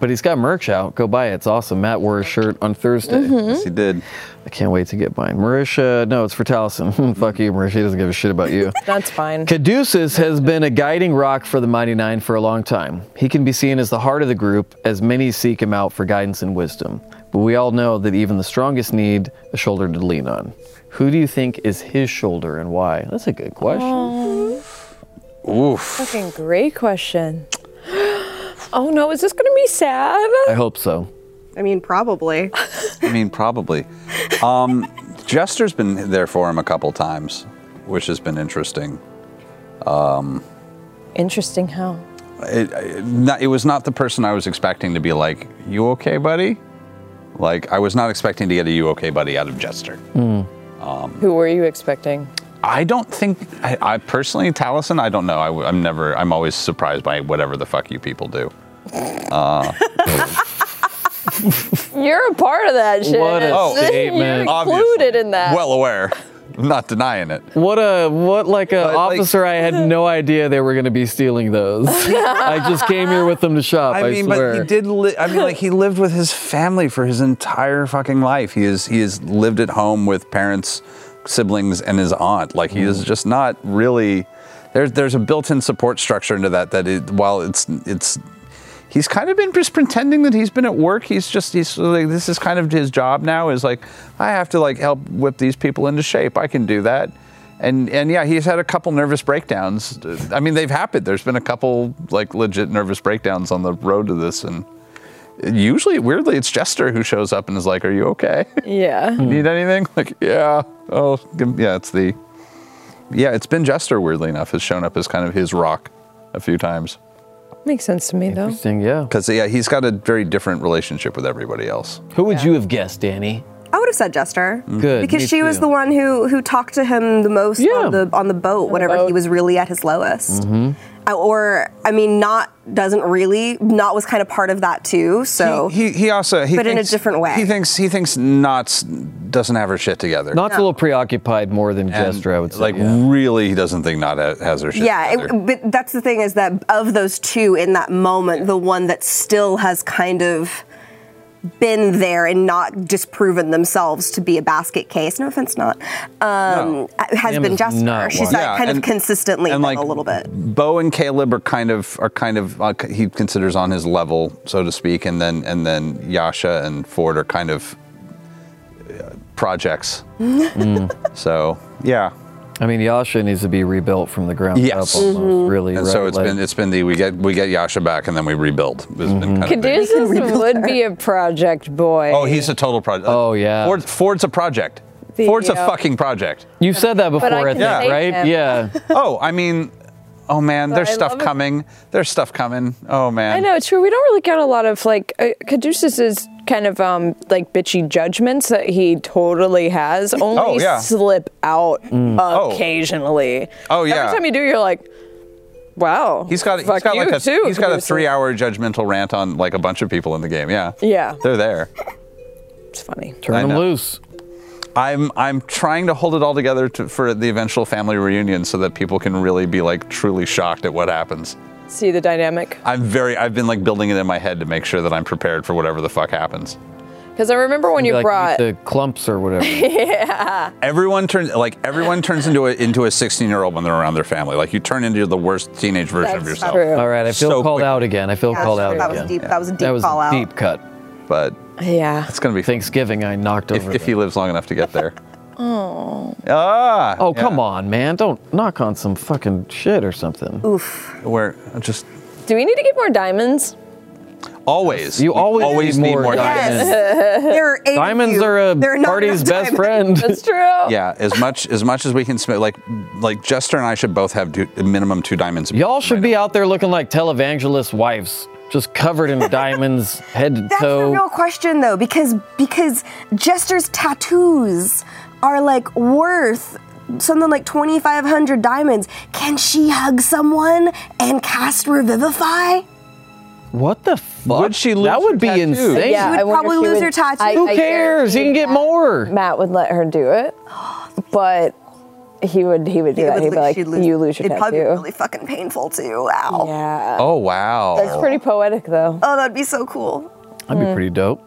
Speaker 6: but he's got merch out. Go buy it. It's awesome. Matt wore a shirt on Thursday.
Speaker 5: Yes, he did.
Speaker 6: I can't wait to get mine. Marisha, no, it's for Taliesin. *laughs* Fuck you, Marisha. He doesn't give a shit about you.
Speaker 7: That's fine.
Speaker 6: Caduceus has been a guiding rock for the Mighty Nine for a long time. He can be seen as the heart of the group, as many seek him out for guidance and wisdom. But we all know that even the strongest need a shoulder to lean on. Who do you think is his shoulder and why? That's a good question.
Speaker 5: Oof.
Speaker 7: Fucking great question. *gasps* Oh no, is this gonna be sad?
Speaker 6: I hope so.
Speaker 4: I mean, probably.
Speaker 5: I mean, probably. Um, Jester's been there for him a couple times, which has been interesting.
Speaker 7: Interesting how.
Speaker 5: It, it, not, it was not the person I was expecting to be like, "You okay, buddy?" Like, I was not expecting to get a "You okay, buddy" out of Jester.
Speaker 7: Who were you expecting?
Speaker 5: I don't think I, I personally, Taliesin. I don't know. I, am never. I'm always surprised by whatever the fuck you people do.
Speaker 8: You're a part of that shit.
Speaker 6: What a
Speaker 5: Oh,
Speaker 6: statement.
Speaker 8: You're included in that.
Speaker 5: Well aware. *laughs* I'm not denying it.
Speaker 6: What a what like a
Speaker 5: But, like-
Speaker 6: officer I had no idea they were gonna be stealing those. I just came here with them to shop, I, swear.
Speaker 5: did. Li- I mean, like he lived with his family for his entire fucking life. He is. He has lived at home with parents, siblings, and his aunt. Like he is
Speaker 6: Mm.
Speaker 5: just not really. There's there's a built-in support structure into that. That it, while it's it's. He's kind of been just pretending that he's been at work. He's just he's like this is kind of his job now. Is like I have to like help whip these people into shape. I can do that, and and yeah, he's had a couple nervous breakdowns. I mean, they've happened. There's been a couple like legit nervous breakdowns on the road to this, and usually weirdly it's Jester who shows up and is like, "Are you okay? *laughs*
Speaker 7: Yeah.
Speaker 5: Need anything?" *laughs* Like, yeah, oh give- yeah, it's the yeah, it's been Jester weirdly enough has shown up as kind of his rock a few times.
Speaker 7: Makes sense to me though.
Speaker 6: Interesting, yeah.
Speaker 5: Because yeah, he's got a very different relationship with everybody else.
Speaker 6: Who would you have guessed, Danny?
Speaker 4: I would have said Jester.
Speaker 6: Mm. Good. me
Speaker 4: Because she was
Speaker 6: too.
Speaker 4: the one who who talked to him the most
Speaker 6: Yeah.
Speaker 4: on the on the boat whenever he was really at his lowest.
Speaker 6: Mm-hmm.
Speaker 4: Uh, Or I mean, not doesn't really. Not was kind of part of that too. So
Speaker 5: he, he also he
Speaker 4: But in a
Speaker 5: thinks-
Speaker 4: different way.
Speaker 5: He thinks he thinks Knots doesn't have her shit together.
Speaker 6: Knott's a little preoccupied more than
Speaker 5: And,
Speaker 6: Jester, I would say.
Speaker 5: Like
Speaker 6: yeah.
Speaker 5: really, he doesn't think Knot ha- has her shit
Speaker 4: yeah,
Speaker 5: together.
Speaker 4: it, but that's the thing is that of those two in that moment, the one that still has kind of been there and not disproven themselves to be a basket case. No offense, not um, has
Speaker 6: Sam
Speaker 4: been
Speaker 6: is
Speaker 4: Jester.
Speaker 6: not
Speaker 4: She's
Speaker 6: one.
Speaker 4: that
Speaker 5: Yeah,
Speaker 4: kind of
Speaker 5: and-
Speaker 4: consistently
Speaker 5: and,
Speaker 4: been
Speaker 5: like,
Speaker 4: a little bit.
Speaker 5: Bo and Caleb are kind of are kind of uh, he considers on his level, so to speak, and then and then Yasha and Ford are kind of uh,
Speaker 4: *laughs*
Speaker 5: projects. Mm. So yeah,
Speaker 6: I mean, Yasha needs to be rebuilt from the ground
Speaker 5: Yes.
Speaker 6: up, almost,
Speaker 4: Mm-hmm.
Speaker 6: really.
Speaker 5: and
Speaker 6: right?
Speaker 5: so it's
Speaker 6: Like,
Speaker 5: been it's been the we get we get Yasha back and then we rebuild. It's been kind of big.
Speaker 7: Caduceus would be a project boy.
Speaker 5: Oh, he's a total project.
Speaker 6: Oh, yeah.
Speaker 5: Ford, Ford's a project.
Speaker 7: The,
Speaker 5: Ford's a
Speaker 7: uh,
Speaker 5: fucking project.
Speaker 6: you said that before,
Speaker 7: I
Speaker 6: I,
Speaker 7: can
Speaker 6: think,
Speaker 7: save
Speaker 6: right?
Speaker 7: him.
Speaker 6: Yeah.
Speaker 5: oh, I mean, oh man, there's
Speaker 7: I
Speaker 5: stuff
Speaker 7: love it.
Speaker 5: coming. There's stuff coming. Oh man.
Speaker 7: I know, it's true. We don't really get a lot of like uh, Caduceus's kind of um like bitchy judgments that he totally has only
Speaker 5: Oh, yeah. Mm.
Speaker 7: slip out occasionally.
Speaker 5: Oh, yeah.
Speaker 7: Every time you do, you're like, wow.
Speaker 5: He's got, he's
Speaker 7: fuck
Speaker 5: got
Speaker 7: you
Speaker 5: like a
Speaker 7: too,
Speaker 5: he's got a
Speaker 7: Caduceus."
Speaker 5: three hour judgmental rant on like a bunch of people in the game. Yeah.
Speaker 7: Yeah,
Speaker 5: They're there.
Speaker 7: it's funny.
Speaker 5: *laughs* I
Speaker 6: Turn him
Speaker 5: know.
Speaker 6: loose.
Speaker 5: I'm I'm trying to hold it all together to, for the eventual family reunion so that people can really be like truly shocked at what happens.
Speaker 7: See the dynamic.
Speaker 5: I'm very I've been like building it in my head to make sure that I'm prepared for whatever the fuck happens.
Speaker 7: Because I remember when you
Speaker 6: like, eat
Speaker 7: brought
Speaker 6: the clumps or
Speaker 4: *laughs*
Speaker 6: whatever.
Speaker 5: Everyone turns like everyone turns into a into a 16 year old when they're around their family. Like you turn into the worst teenage version of
Speaker 4: That's
Speaker 5: yourself.
Speaker 7: true.
Speaker 6: All right, I feel
Speaker 5: So
Speaker 6: called
Speaker 5: quick.
Speaker 6: out again. I feel
Speaker 4: Yeah,
Speaker 6: called out
Speaker 4: that was
Speaker 6: again.
Speaker 4: deep. That was a deep
Speaker 6: that was
Speaker 4: call
Speaker 6: a
Speaker 4: out.
Speaker 6: deep cut.
Speaker 5: But
Speaker 7: Yeah.
Speaker 5: it's gonna be fun
Speaker 6: Thanksgiving, I knocked
Speaker 5: if,
Speaker 6: over.
Speaker 5: if
Speaker 6: the-
Speaker 5: he lives long enough to get
Speaker 7: *laughs*
Speaker 5: there. *laughs* oh. Ah.
Speaker 6: oh, come on, man! Don't knock on some fucking shit or something.
Speaker 5: on. We're just
Speaker 7: Do we need to get more diamonds?
Speaker 5: always.
Speaker 6: You
Speaker 5: we
Speaker 6: always,
Speaker 5: need more.
Speaker 6: diamonds.
Speaker 4: There are eight of
Speaker 6: Diamonds
Speaker 4: you.
Speaker 6: are a
Speaker 4: There not
Speaker 6: party's
Speaker 4: enough
Speaker 6: best
Speaker 4: diamonds.
Speaker 6: friend.
Speaker 4: *laughs*
Speaker 7: That's true.
Speaker 5: Yeah, as much as much as we can spend, like like Jester and I should both have two, minimum two diamonds.
Speaker 6: Y'all should be out there looking like televangelist wives, just covered in diamonds, head to
Speaker 4: That's the
Speaker 6: toe.
Speaker 4: real question though, because because Jester's tattoos are like worth something like 2,500 diamonds. Can she hug someone and cast Revivify?
Speaker 6: What the fuck?
Speaker 5: Would she lose
Speaker 6: that would
Speaker 5: her
Speaker 6: be
Speaker 5: tattoo?
Speaker 6: insane.
Speaker 4: She would
Speaker 7: I wonder if
Speaker 4: probably
Speaker 7: she
Speaker 4: lose
Speaker 7: would-
Speaker 4: her tattoo.
Speaker 7: I-
Speaker 6: Who
Speaker 7: I
Speaker 6: cares? You can get more.
Speaker 7: Matt would let her do it, but he would he would do that. He'd be like, "You lose your
Speaker 4: It'd probably be
Speaker 7: tattoo."
Speaker 4: really fucking painful too. Ow.
Speaker 7: yeah,
Speaker 5: Oh wow,
Speaker 7: that's pretty poetic though.
Speaker 4: Oh, that'd be so cool.
Speaker 6: That'd be pretty dope.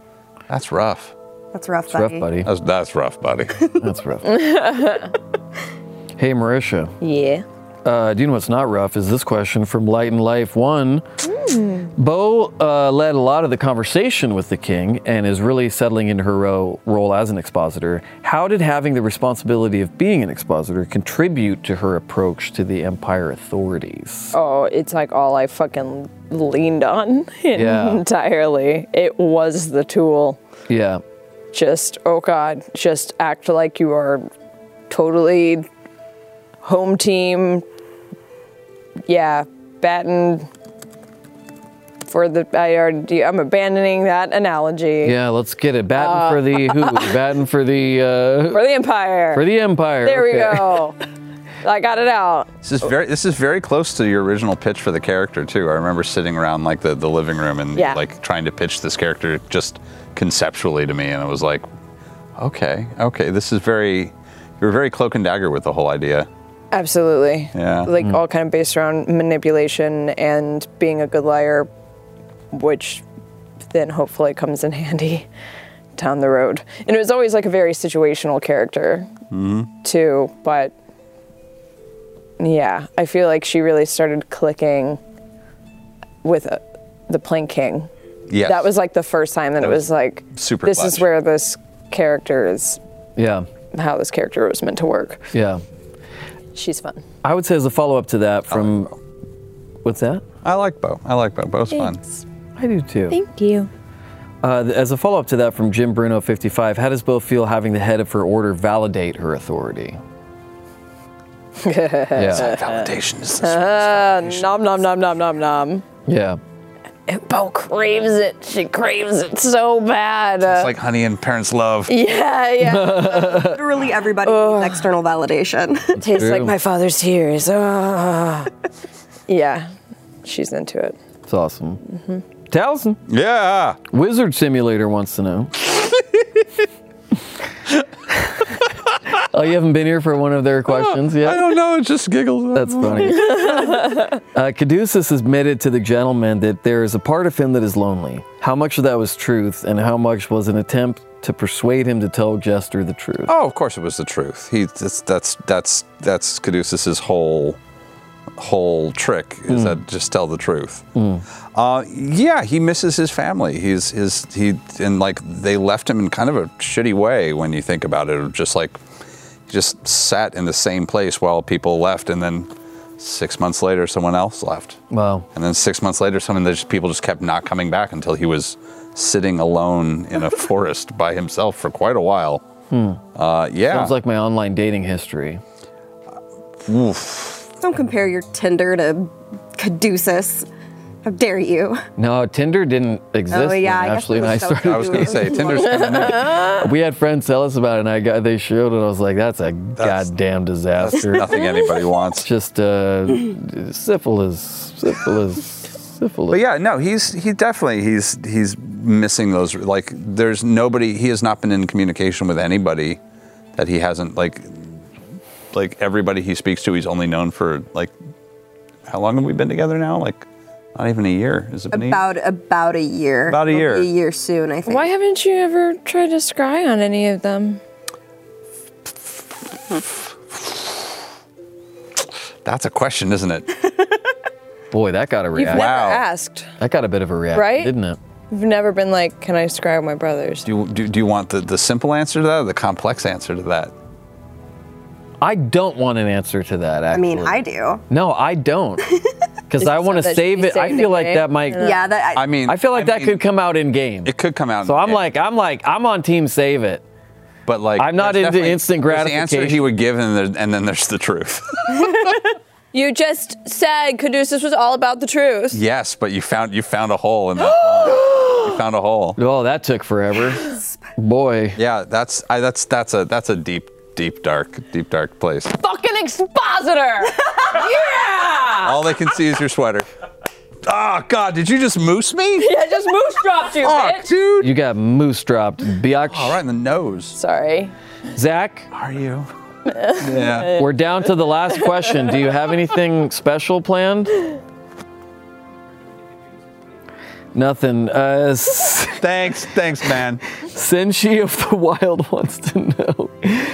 Speaker 5: that's rough.
Speaker 4: That's rough,
Speaker 7: Mm-hmm.
Speaker 6: That's rough,
Speaker 4: buddy.
Speaker 6: buddy.
Speaker 5: That's that's rough, buddy.
Speaker 7: *laughs*
Speaker 6: That's rough. *laughs* hey, Marisha.
Speaker 7: Yeah.
Speaker 6: Uh, do you know what's not rough? Is this question from Light and Life One?
Speaker 7: Mm.
Speaker 6: Bo uh, led a lot of the conversation with the king and is really settling into her ro- role as an expositor. How did having the responsibility of being an expositor contribute to her approach to the Empire authorities?
Speaker 7: Oh, it's like all I fucking leaned on *laughs*
Speaker 6: Yeah.
Speaker 7: entirely. It was the tool.
Speaker 6: Yeah,
Speaker 7: Just oh god, just act like you are totally home team. Yeah, batten for the I already I'm abandoning that analogy
Speaker 6: yeah. Let's get it. Batting for
Speaker 7: Uh.
Speaker 6: the who? Batting for the uh,
Speaker 7: for the empire.
Speaker 6: for
Speaker 7: *laughs*
Speaker 6: the Empire.
Speaker 7: there we
Speaker 6: Okay.
Speaker 7: *laughs* go. I got it out.
Speaker 5: This is very this is very close to your original pitch for the character too. I remember sitting around like the, the living room and
Speaker 7: Yeah.
Speaker 5: like trying to pitch this character just conceptually to me, and it was like, okay, okay, this is very you were very cloak and dagger with the whole idea.
Speaker 7: Absolutely.
Speaker 5: Yeah. Hmm.
Speaker 7: Like all kind of based around manipulation and being a good liar, which then hopefully comes in *laughs* handy down the road. And it was always like a very situational character
Speaker 5: Mm-hmm.
Speaker 7: too, but yeah, I feel like she really started clicking with uh, the Plain King.
Speaker 5: Yes.
Speaker 7: That was like the first time that, it was,
Speaker 5: was
Speaker 7: like
Speaker 5: super
Speaker 7: this is
Speaker 5: clutch.
Speaker 7: where this character is
Speaker 6: Yeah,
Speaker 7: how this character was meant to work.
Speaker 6: yeah.
Speaker 7: She's fun.
Speaker 6: I would say as a follow up to that from what's that?
Speaker 5: I like Bo. I like Bo. Bo's fun.
Speaker 6: I do too.
Speaker 7: Thank you.
Speaker 6: Uh, th- as a follow up to that from Jim Bruno 55, how does Bo feel having the head of her order validate her *laughs* authority? yeah.
Speaker 5: Validation is
Speaker 7: Uh, Nom nom nom nom nom nom.
Speaker 6: Yeah.
Speaker 7: Bo craves it. She craves it so bad.
Speaker 5: it's like honey and parents love.
Speaker 7: *laughs* yeah, yeah.
Speaker 4: Literally everybody needs external validation. *laughs*
Speaker 7: It tastes
Speaker 6: True.
Speaker 7: like my father's tears. Ah. *laughs* yeah, she's into it.
Speaker 6: It's awesome.
Speaker 7: Mm-hmm.
Speaker 6: Taliesin,
Speaker 5: Yeah.
Speaker 6: Wizard Simulator wants to
Speaker 5: *laughs*
Speaker 6: know. oh, you haven't been here for one of their questions yet?
Speaker 5: I don't know. It just giggles.
Speaker 6: That's
Speaker 5: *laughs*
Speaker 6: funny. uh, Caduceus admitted to the gentleman that there is a part of him that is lonely. How much of that was truth, and how much was an attempt to persuade him to tell Jester the truth?
Speaker 5: Oh, of course it was the truth. He that's that's that's that's Caduceus's whole whole trick is that just tell the truth. Uh, yeah, he misses his family. He's his he and like they left him in kind of a shitty way when you think about it. Just like he just sat in the same place while people left, and then six months later someone else left.
Speaker 6: Wow.
Speaker 5: And then six months later, some of the people just kept not coming back until he was sitting alone in a forest by himself for quite a while. Uh, yeah.
Speaker 6: Hmm. Sounds like my online dating history.
Speaker 4: Don't compare your Tinder to Caduceus. How dare you?
Speaker 6: No, Tinder didn't exist.
Speaker 4: Oh, yeah,
Speaker 6: when
Speaker 4: I guess
Speaker 6: Ashley
Speaker 4: it
Speaker 6: and I
Speaker 4: was so
Speaker 6: started.
Speaker 5: I was
Speaker 4: *laughs*
Speaker 5: going to say, Tinder's
Speaker 6: We had friends tell us about it, and I got they showed it. and I was like, "That's a goddamn disaster."
Speaker 5: nothing
Speaker 6: *laughs*
Speaker 5: anybody wants.
Speaker 6: Just uh, syphilis, syphilis, syphilis.
Speaker 5: But yeah, no, he's he definitely he's he's missing those. Like, there's nobody. He has not been in communication with anybody that he hasn't like. Like everybody he speaks to, he's only known for like. How long have we been together now? Like, not even a year. Is it been a year?
Speaker 4: About about a year.
Speaker 5: About a
Speaker 4: It'll
Speaker 5: year.
Speaker 4: be a year soon, I think.
Speaker 8: Why haven't you ever tried to scry on any of them?
Speaker 5: That's a question, isn't it?
Speaker 6: Boy, that got a
Speaker 8: You've
Speaker 6: reaction.
Speaker 8: never
Speaker 5: Wow.
Speaker 8: asked.
Speaker 6: That got a bit of a reaction,
Speaker 8: Right?
Speaker 6: didn't it?
Speaker 8: You've never been like, can I scry with my brothers?
Speaker 5: Do you, do, do you want the, the simple answer to that or the complex answer to that?
Speaker 6: I don't want an answer to that.
Speaker 4: I
Speaker 6: Actually,
Speaker 4: mean, I do.
Speaker 6: no, I
Speaker 8: *laughs*
Speaker 6: don't, because I want to
Speaker 8: that should
Speaker 6: save
Speaker 8: be
Speaker 6: it. I
Speaker 8: saved
Speaker 6: feel
Speaker 8: in
Speaker 6: like
Speaker 8: game.
Speaker 6: that might.
Speaker 4: Yeah, that I,
Speaker 5: I mean,
Speaker 6: I feel like that
Speaker 5: mean,
Speaker 6: could come out in game.
Speaker 5: It could come out.
Speaker 6: So I'm like, I'm like, I'm on team save it.
Speaker 5: but like,
Speaker 6: I'm not
Speaker 5: there's
Speaker 6: into
Speaker 5: definitely-
Speaker 6: instant
Speaker 5: there's The answer
Speaker 6: gratification.
Speaker 5: he would give, and, there, and then there's
Speaker 6: *laughs*
Speaker 5: the truth.
Speaker 8: You just said Caduceus was all about the truth.
Speaker 5: yes, but you found you found a
Speaker 6: *gasps*
Speaker 5: hole in that. hole. You found a hole.
Speaker 6: Oh, that took forever. Boy.
Speaker 5: Yeah, that's I, that's that's a that's a deep deep, dark, deep, dark place.
Speaker 7: Fucking expositor! *laughs* yeah!
Speaker 5: All they can see is your sweater. Oh, God, did you just moose me?
Speaker 7: I just moose dropped you,
Speaker 5: Fuck,
Speaker 7: bitch!
Speaker 5: dude.
Speaker 6: You got moose dropped, Biatch.
Speaker 5: All right in the nose.
Speaker 7: Sorry.
Speaker 6: Zach, *laughs*
Speaker 5: Are you? Yeah.
Speaker 6: we're down to the last question. Do you have anything special planned? Nothing. Uh, S-
Speaker 5: Thanks, thanks, man.
Speaker 6: Senshi of the *laughs* Wild wants to know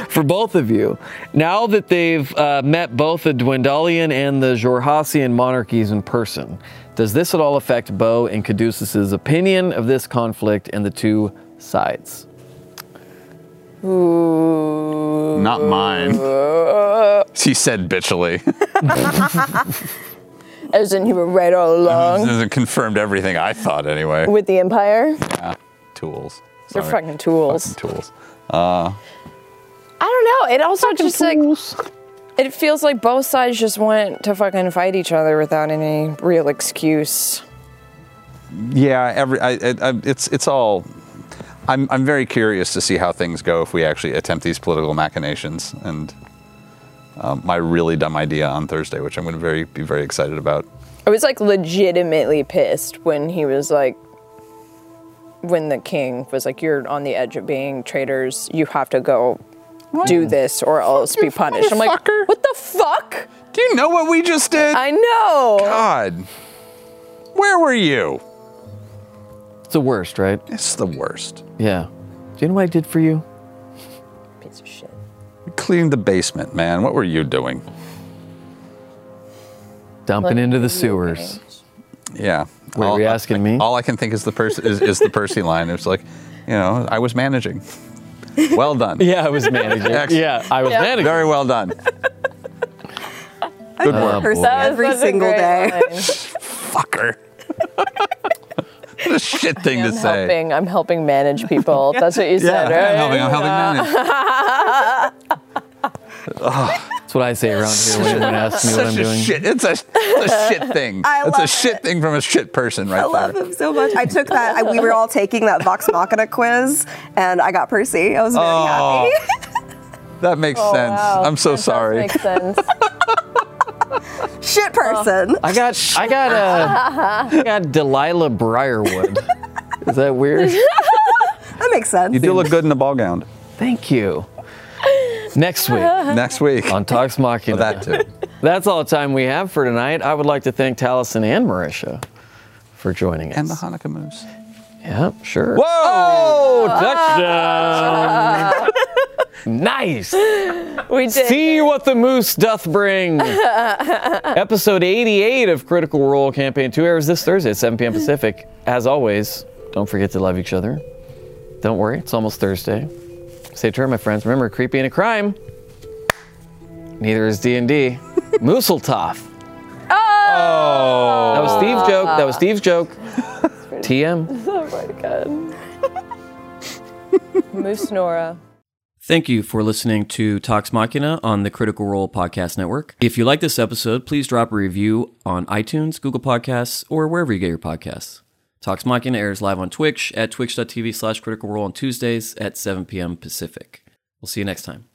Speaker 6: for both of you. Now that they've uh, met both the Dwendalian and the Jorhasian monarchies in person, does this at all affect Bo and Caduceus' opinion of this conflict and the two sides?
Speaker 5: Not mine. He said bitchily.
Speaker 8: As in, you were right all
Speaker 5: *laughs*
Speaker 7: Oh.
Speaker 8: along
Speaker 5: This confirmed everything I thought anyway.
Speaker 8: with the Empire.
Speaker 5: Tools.
Speaker 7: They're
Speaker 5: Sorry.
Speaker 7: fucking tools.
Speaker 5: tools.
Speaker 7: I don't know. It also just like it feels like both sides just want to fucking fight each other without any real excuse.
Speaker 5: Yeah, every I, I, I, it's it's all. I'm I'm very curious to see how things go if we actually attempt these political machinations and um, my really dumb idea on Thursday, which I'm going to very be very excited about.
Speaker 7: I was like legitimately pissed when he was like when the king was like, You're on the edge of being traitors, you have to go do this or else be punished. I'm like,
Speaker 5: motherfucker.
Speaker 7: What the fuck?
Speaker 5: Do you know what we just did?
Speaker 7: I know.
Speaker 5: God, where were you?
Speaker 6: It's the worst, right?
Speaker 5: It's the worst.
Speaker 6: Yeah. Do you know what I did for you?
Speaker 7: Piece of shit.
Speaker 5: We cleaned the basement, man. What were you doing?
Speaker 6: Dumping into the sewers.
Speaker 5: Yeah.
Speaker 6: Wait,
Speaker 5: All-
Speaker 6: were you asking me?
Speaker 5: All I can think is the Percy is, is the Percy line. It's like, you know, I was managing. Well done.
Speaker 6: Yeah, I was managing.
Speaker 5: Excellent.
Speaker 6: yeah, I was managing.
Speaker 5: Very well done. Good work,
Speaker 4: Person
Speaker 6: That
Speaker 4: every single day.
Speaker 5: fucker. what a shit thing to
Speaker 7: I'm
Speaker 5: say.
Speaker 7: helping. I'm helping manage people. That's what you
Speaker 5: Yeah,
Speaker 7: said, right?
Speaker 5: I'm helping. I'm helping manage.
Speaker 6: That's what I say around here when anyone asks me what I'm
Speaker 5: Such a
Speaker 6: doing.
Speaker 5: shit. It's a, it's a shit thing.
Speaker 4: *laughs* I
Speaker 5: it's a
Speaker 4: love
Speaker 5: shit thing from a shit person right
Speaker 4: I *laughs* love
Speaker 5: there.
Speaker 4: him so much. I took that. I, we were all taking that Vox Machina quiz, and I got Percy. I was very
Speaker 5: Oh.
Speaker 4: happy. *laughs*
Speaker 5: That makes
Speaker 4: Oh,
Speaker 5: sense. I'm so sorry.
Speaker 7: Makes sense.
Speaker 4: Shit person.
Speaker 6: I got, I got, uh, I got Delilah Briarwood. Is that weird?
Speaker 4: That makes sense.
Speaker 5: you do look good in a ball gown.
Speaker 6: Thank you. Next week
Speaker 5: Next week.
Speaker 6: on Talks Machina.
Speaker 5: that too.
Speaker 6: That's all the time we have for tonight. I would like to thank Taliesin and Marisha for joining us.
Speaker 5: And the Hanukkah moose.
Speaker 6: yeah, sure.
Speaker 5: Whoa!
Speaker 6: Touchdown! nice.
Speaker 7: We did.
Speaker 6: See what the moose doth bring. Episode 88 of Critical Role Campaign 2 airs this Thursday at 7 p.m. Pacific. As always, don't forget to love each other. Don't worry, it's almost Thursday. Stay true, my friends. Remember, creepy ain't a crime. Neither is D&D. Mooseltoff. Oh! That was Steve's joke. That was Steve's joke. TM.
Speaker 7: Oh my god. Moose Nora.
Speaker 2: Thank you for listening to Talks Machina on the Critical Role Podcast Network. If you like this episode, please drop a review on iTunes, Google Podcasts, or wherever you get your podcasts. Talks Machina airs live on Twitch at twitch.tv slash critical role on Tuesdays at 7 p.m. Pacific. We'll see you next time.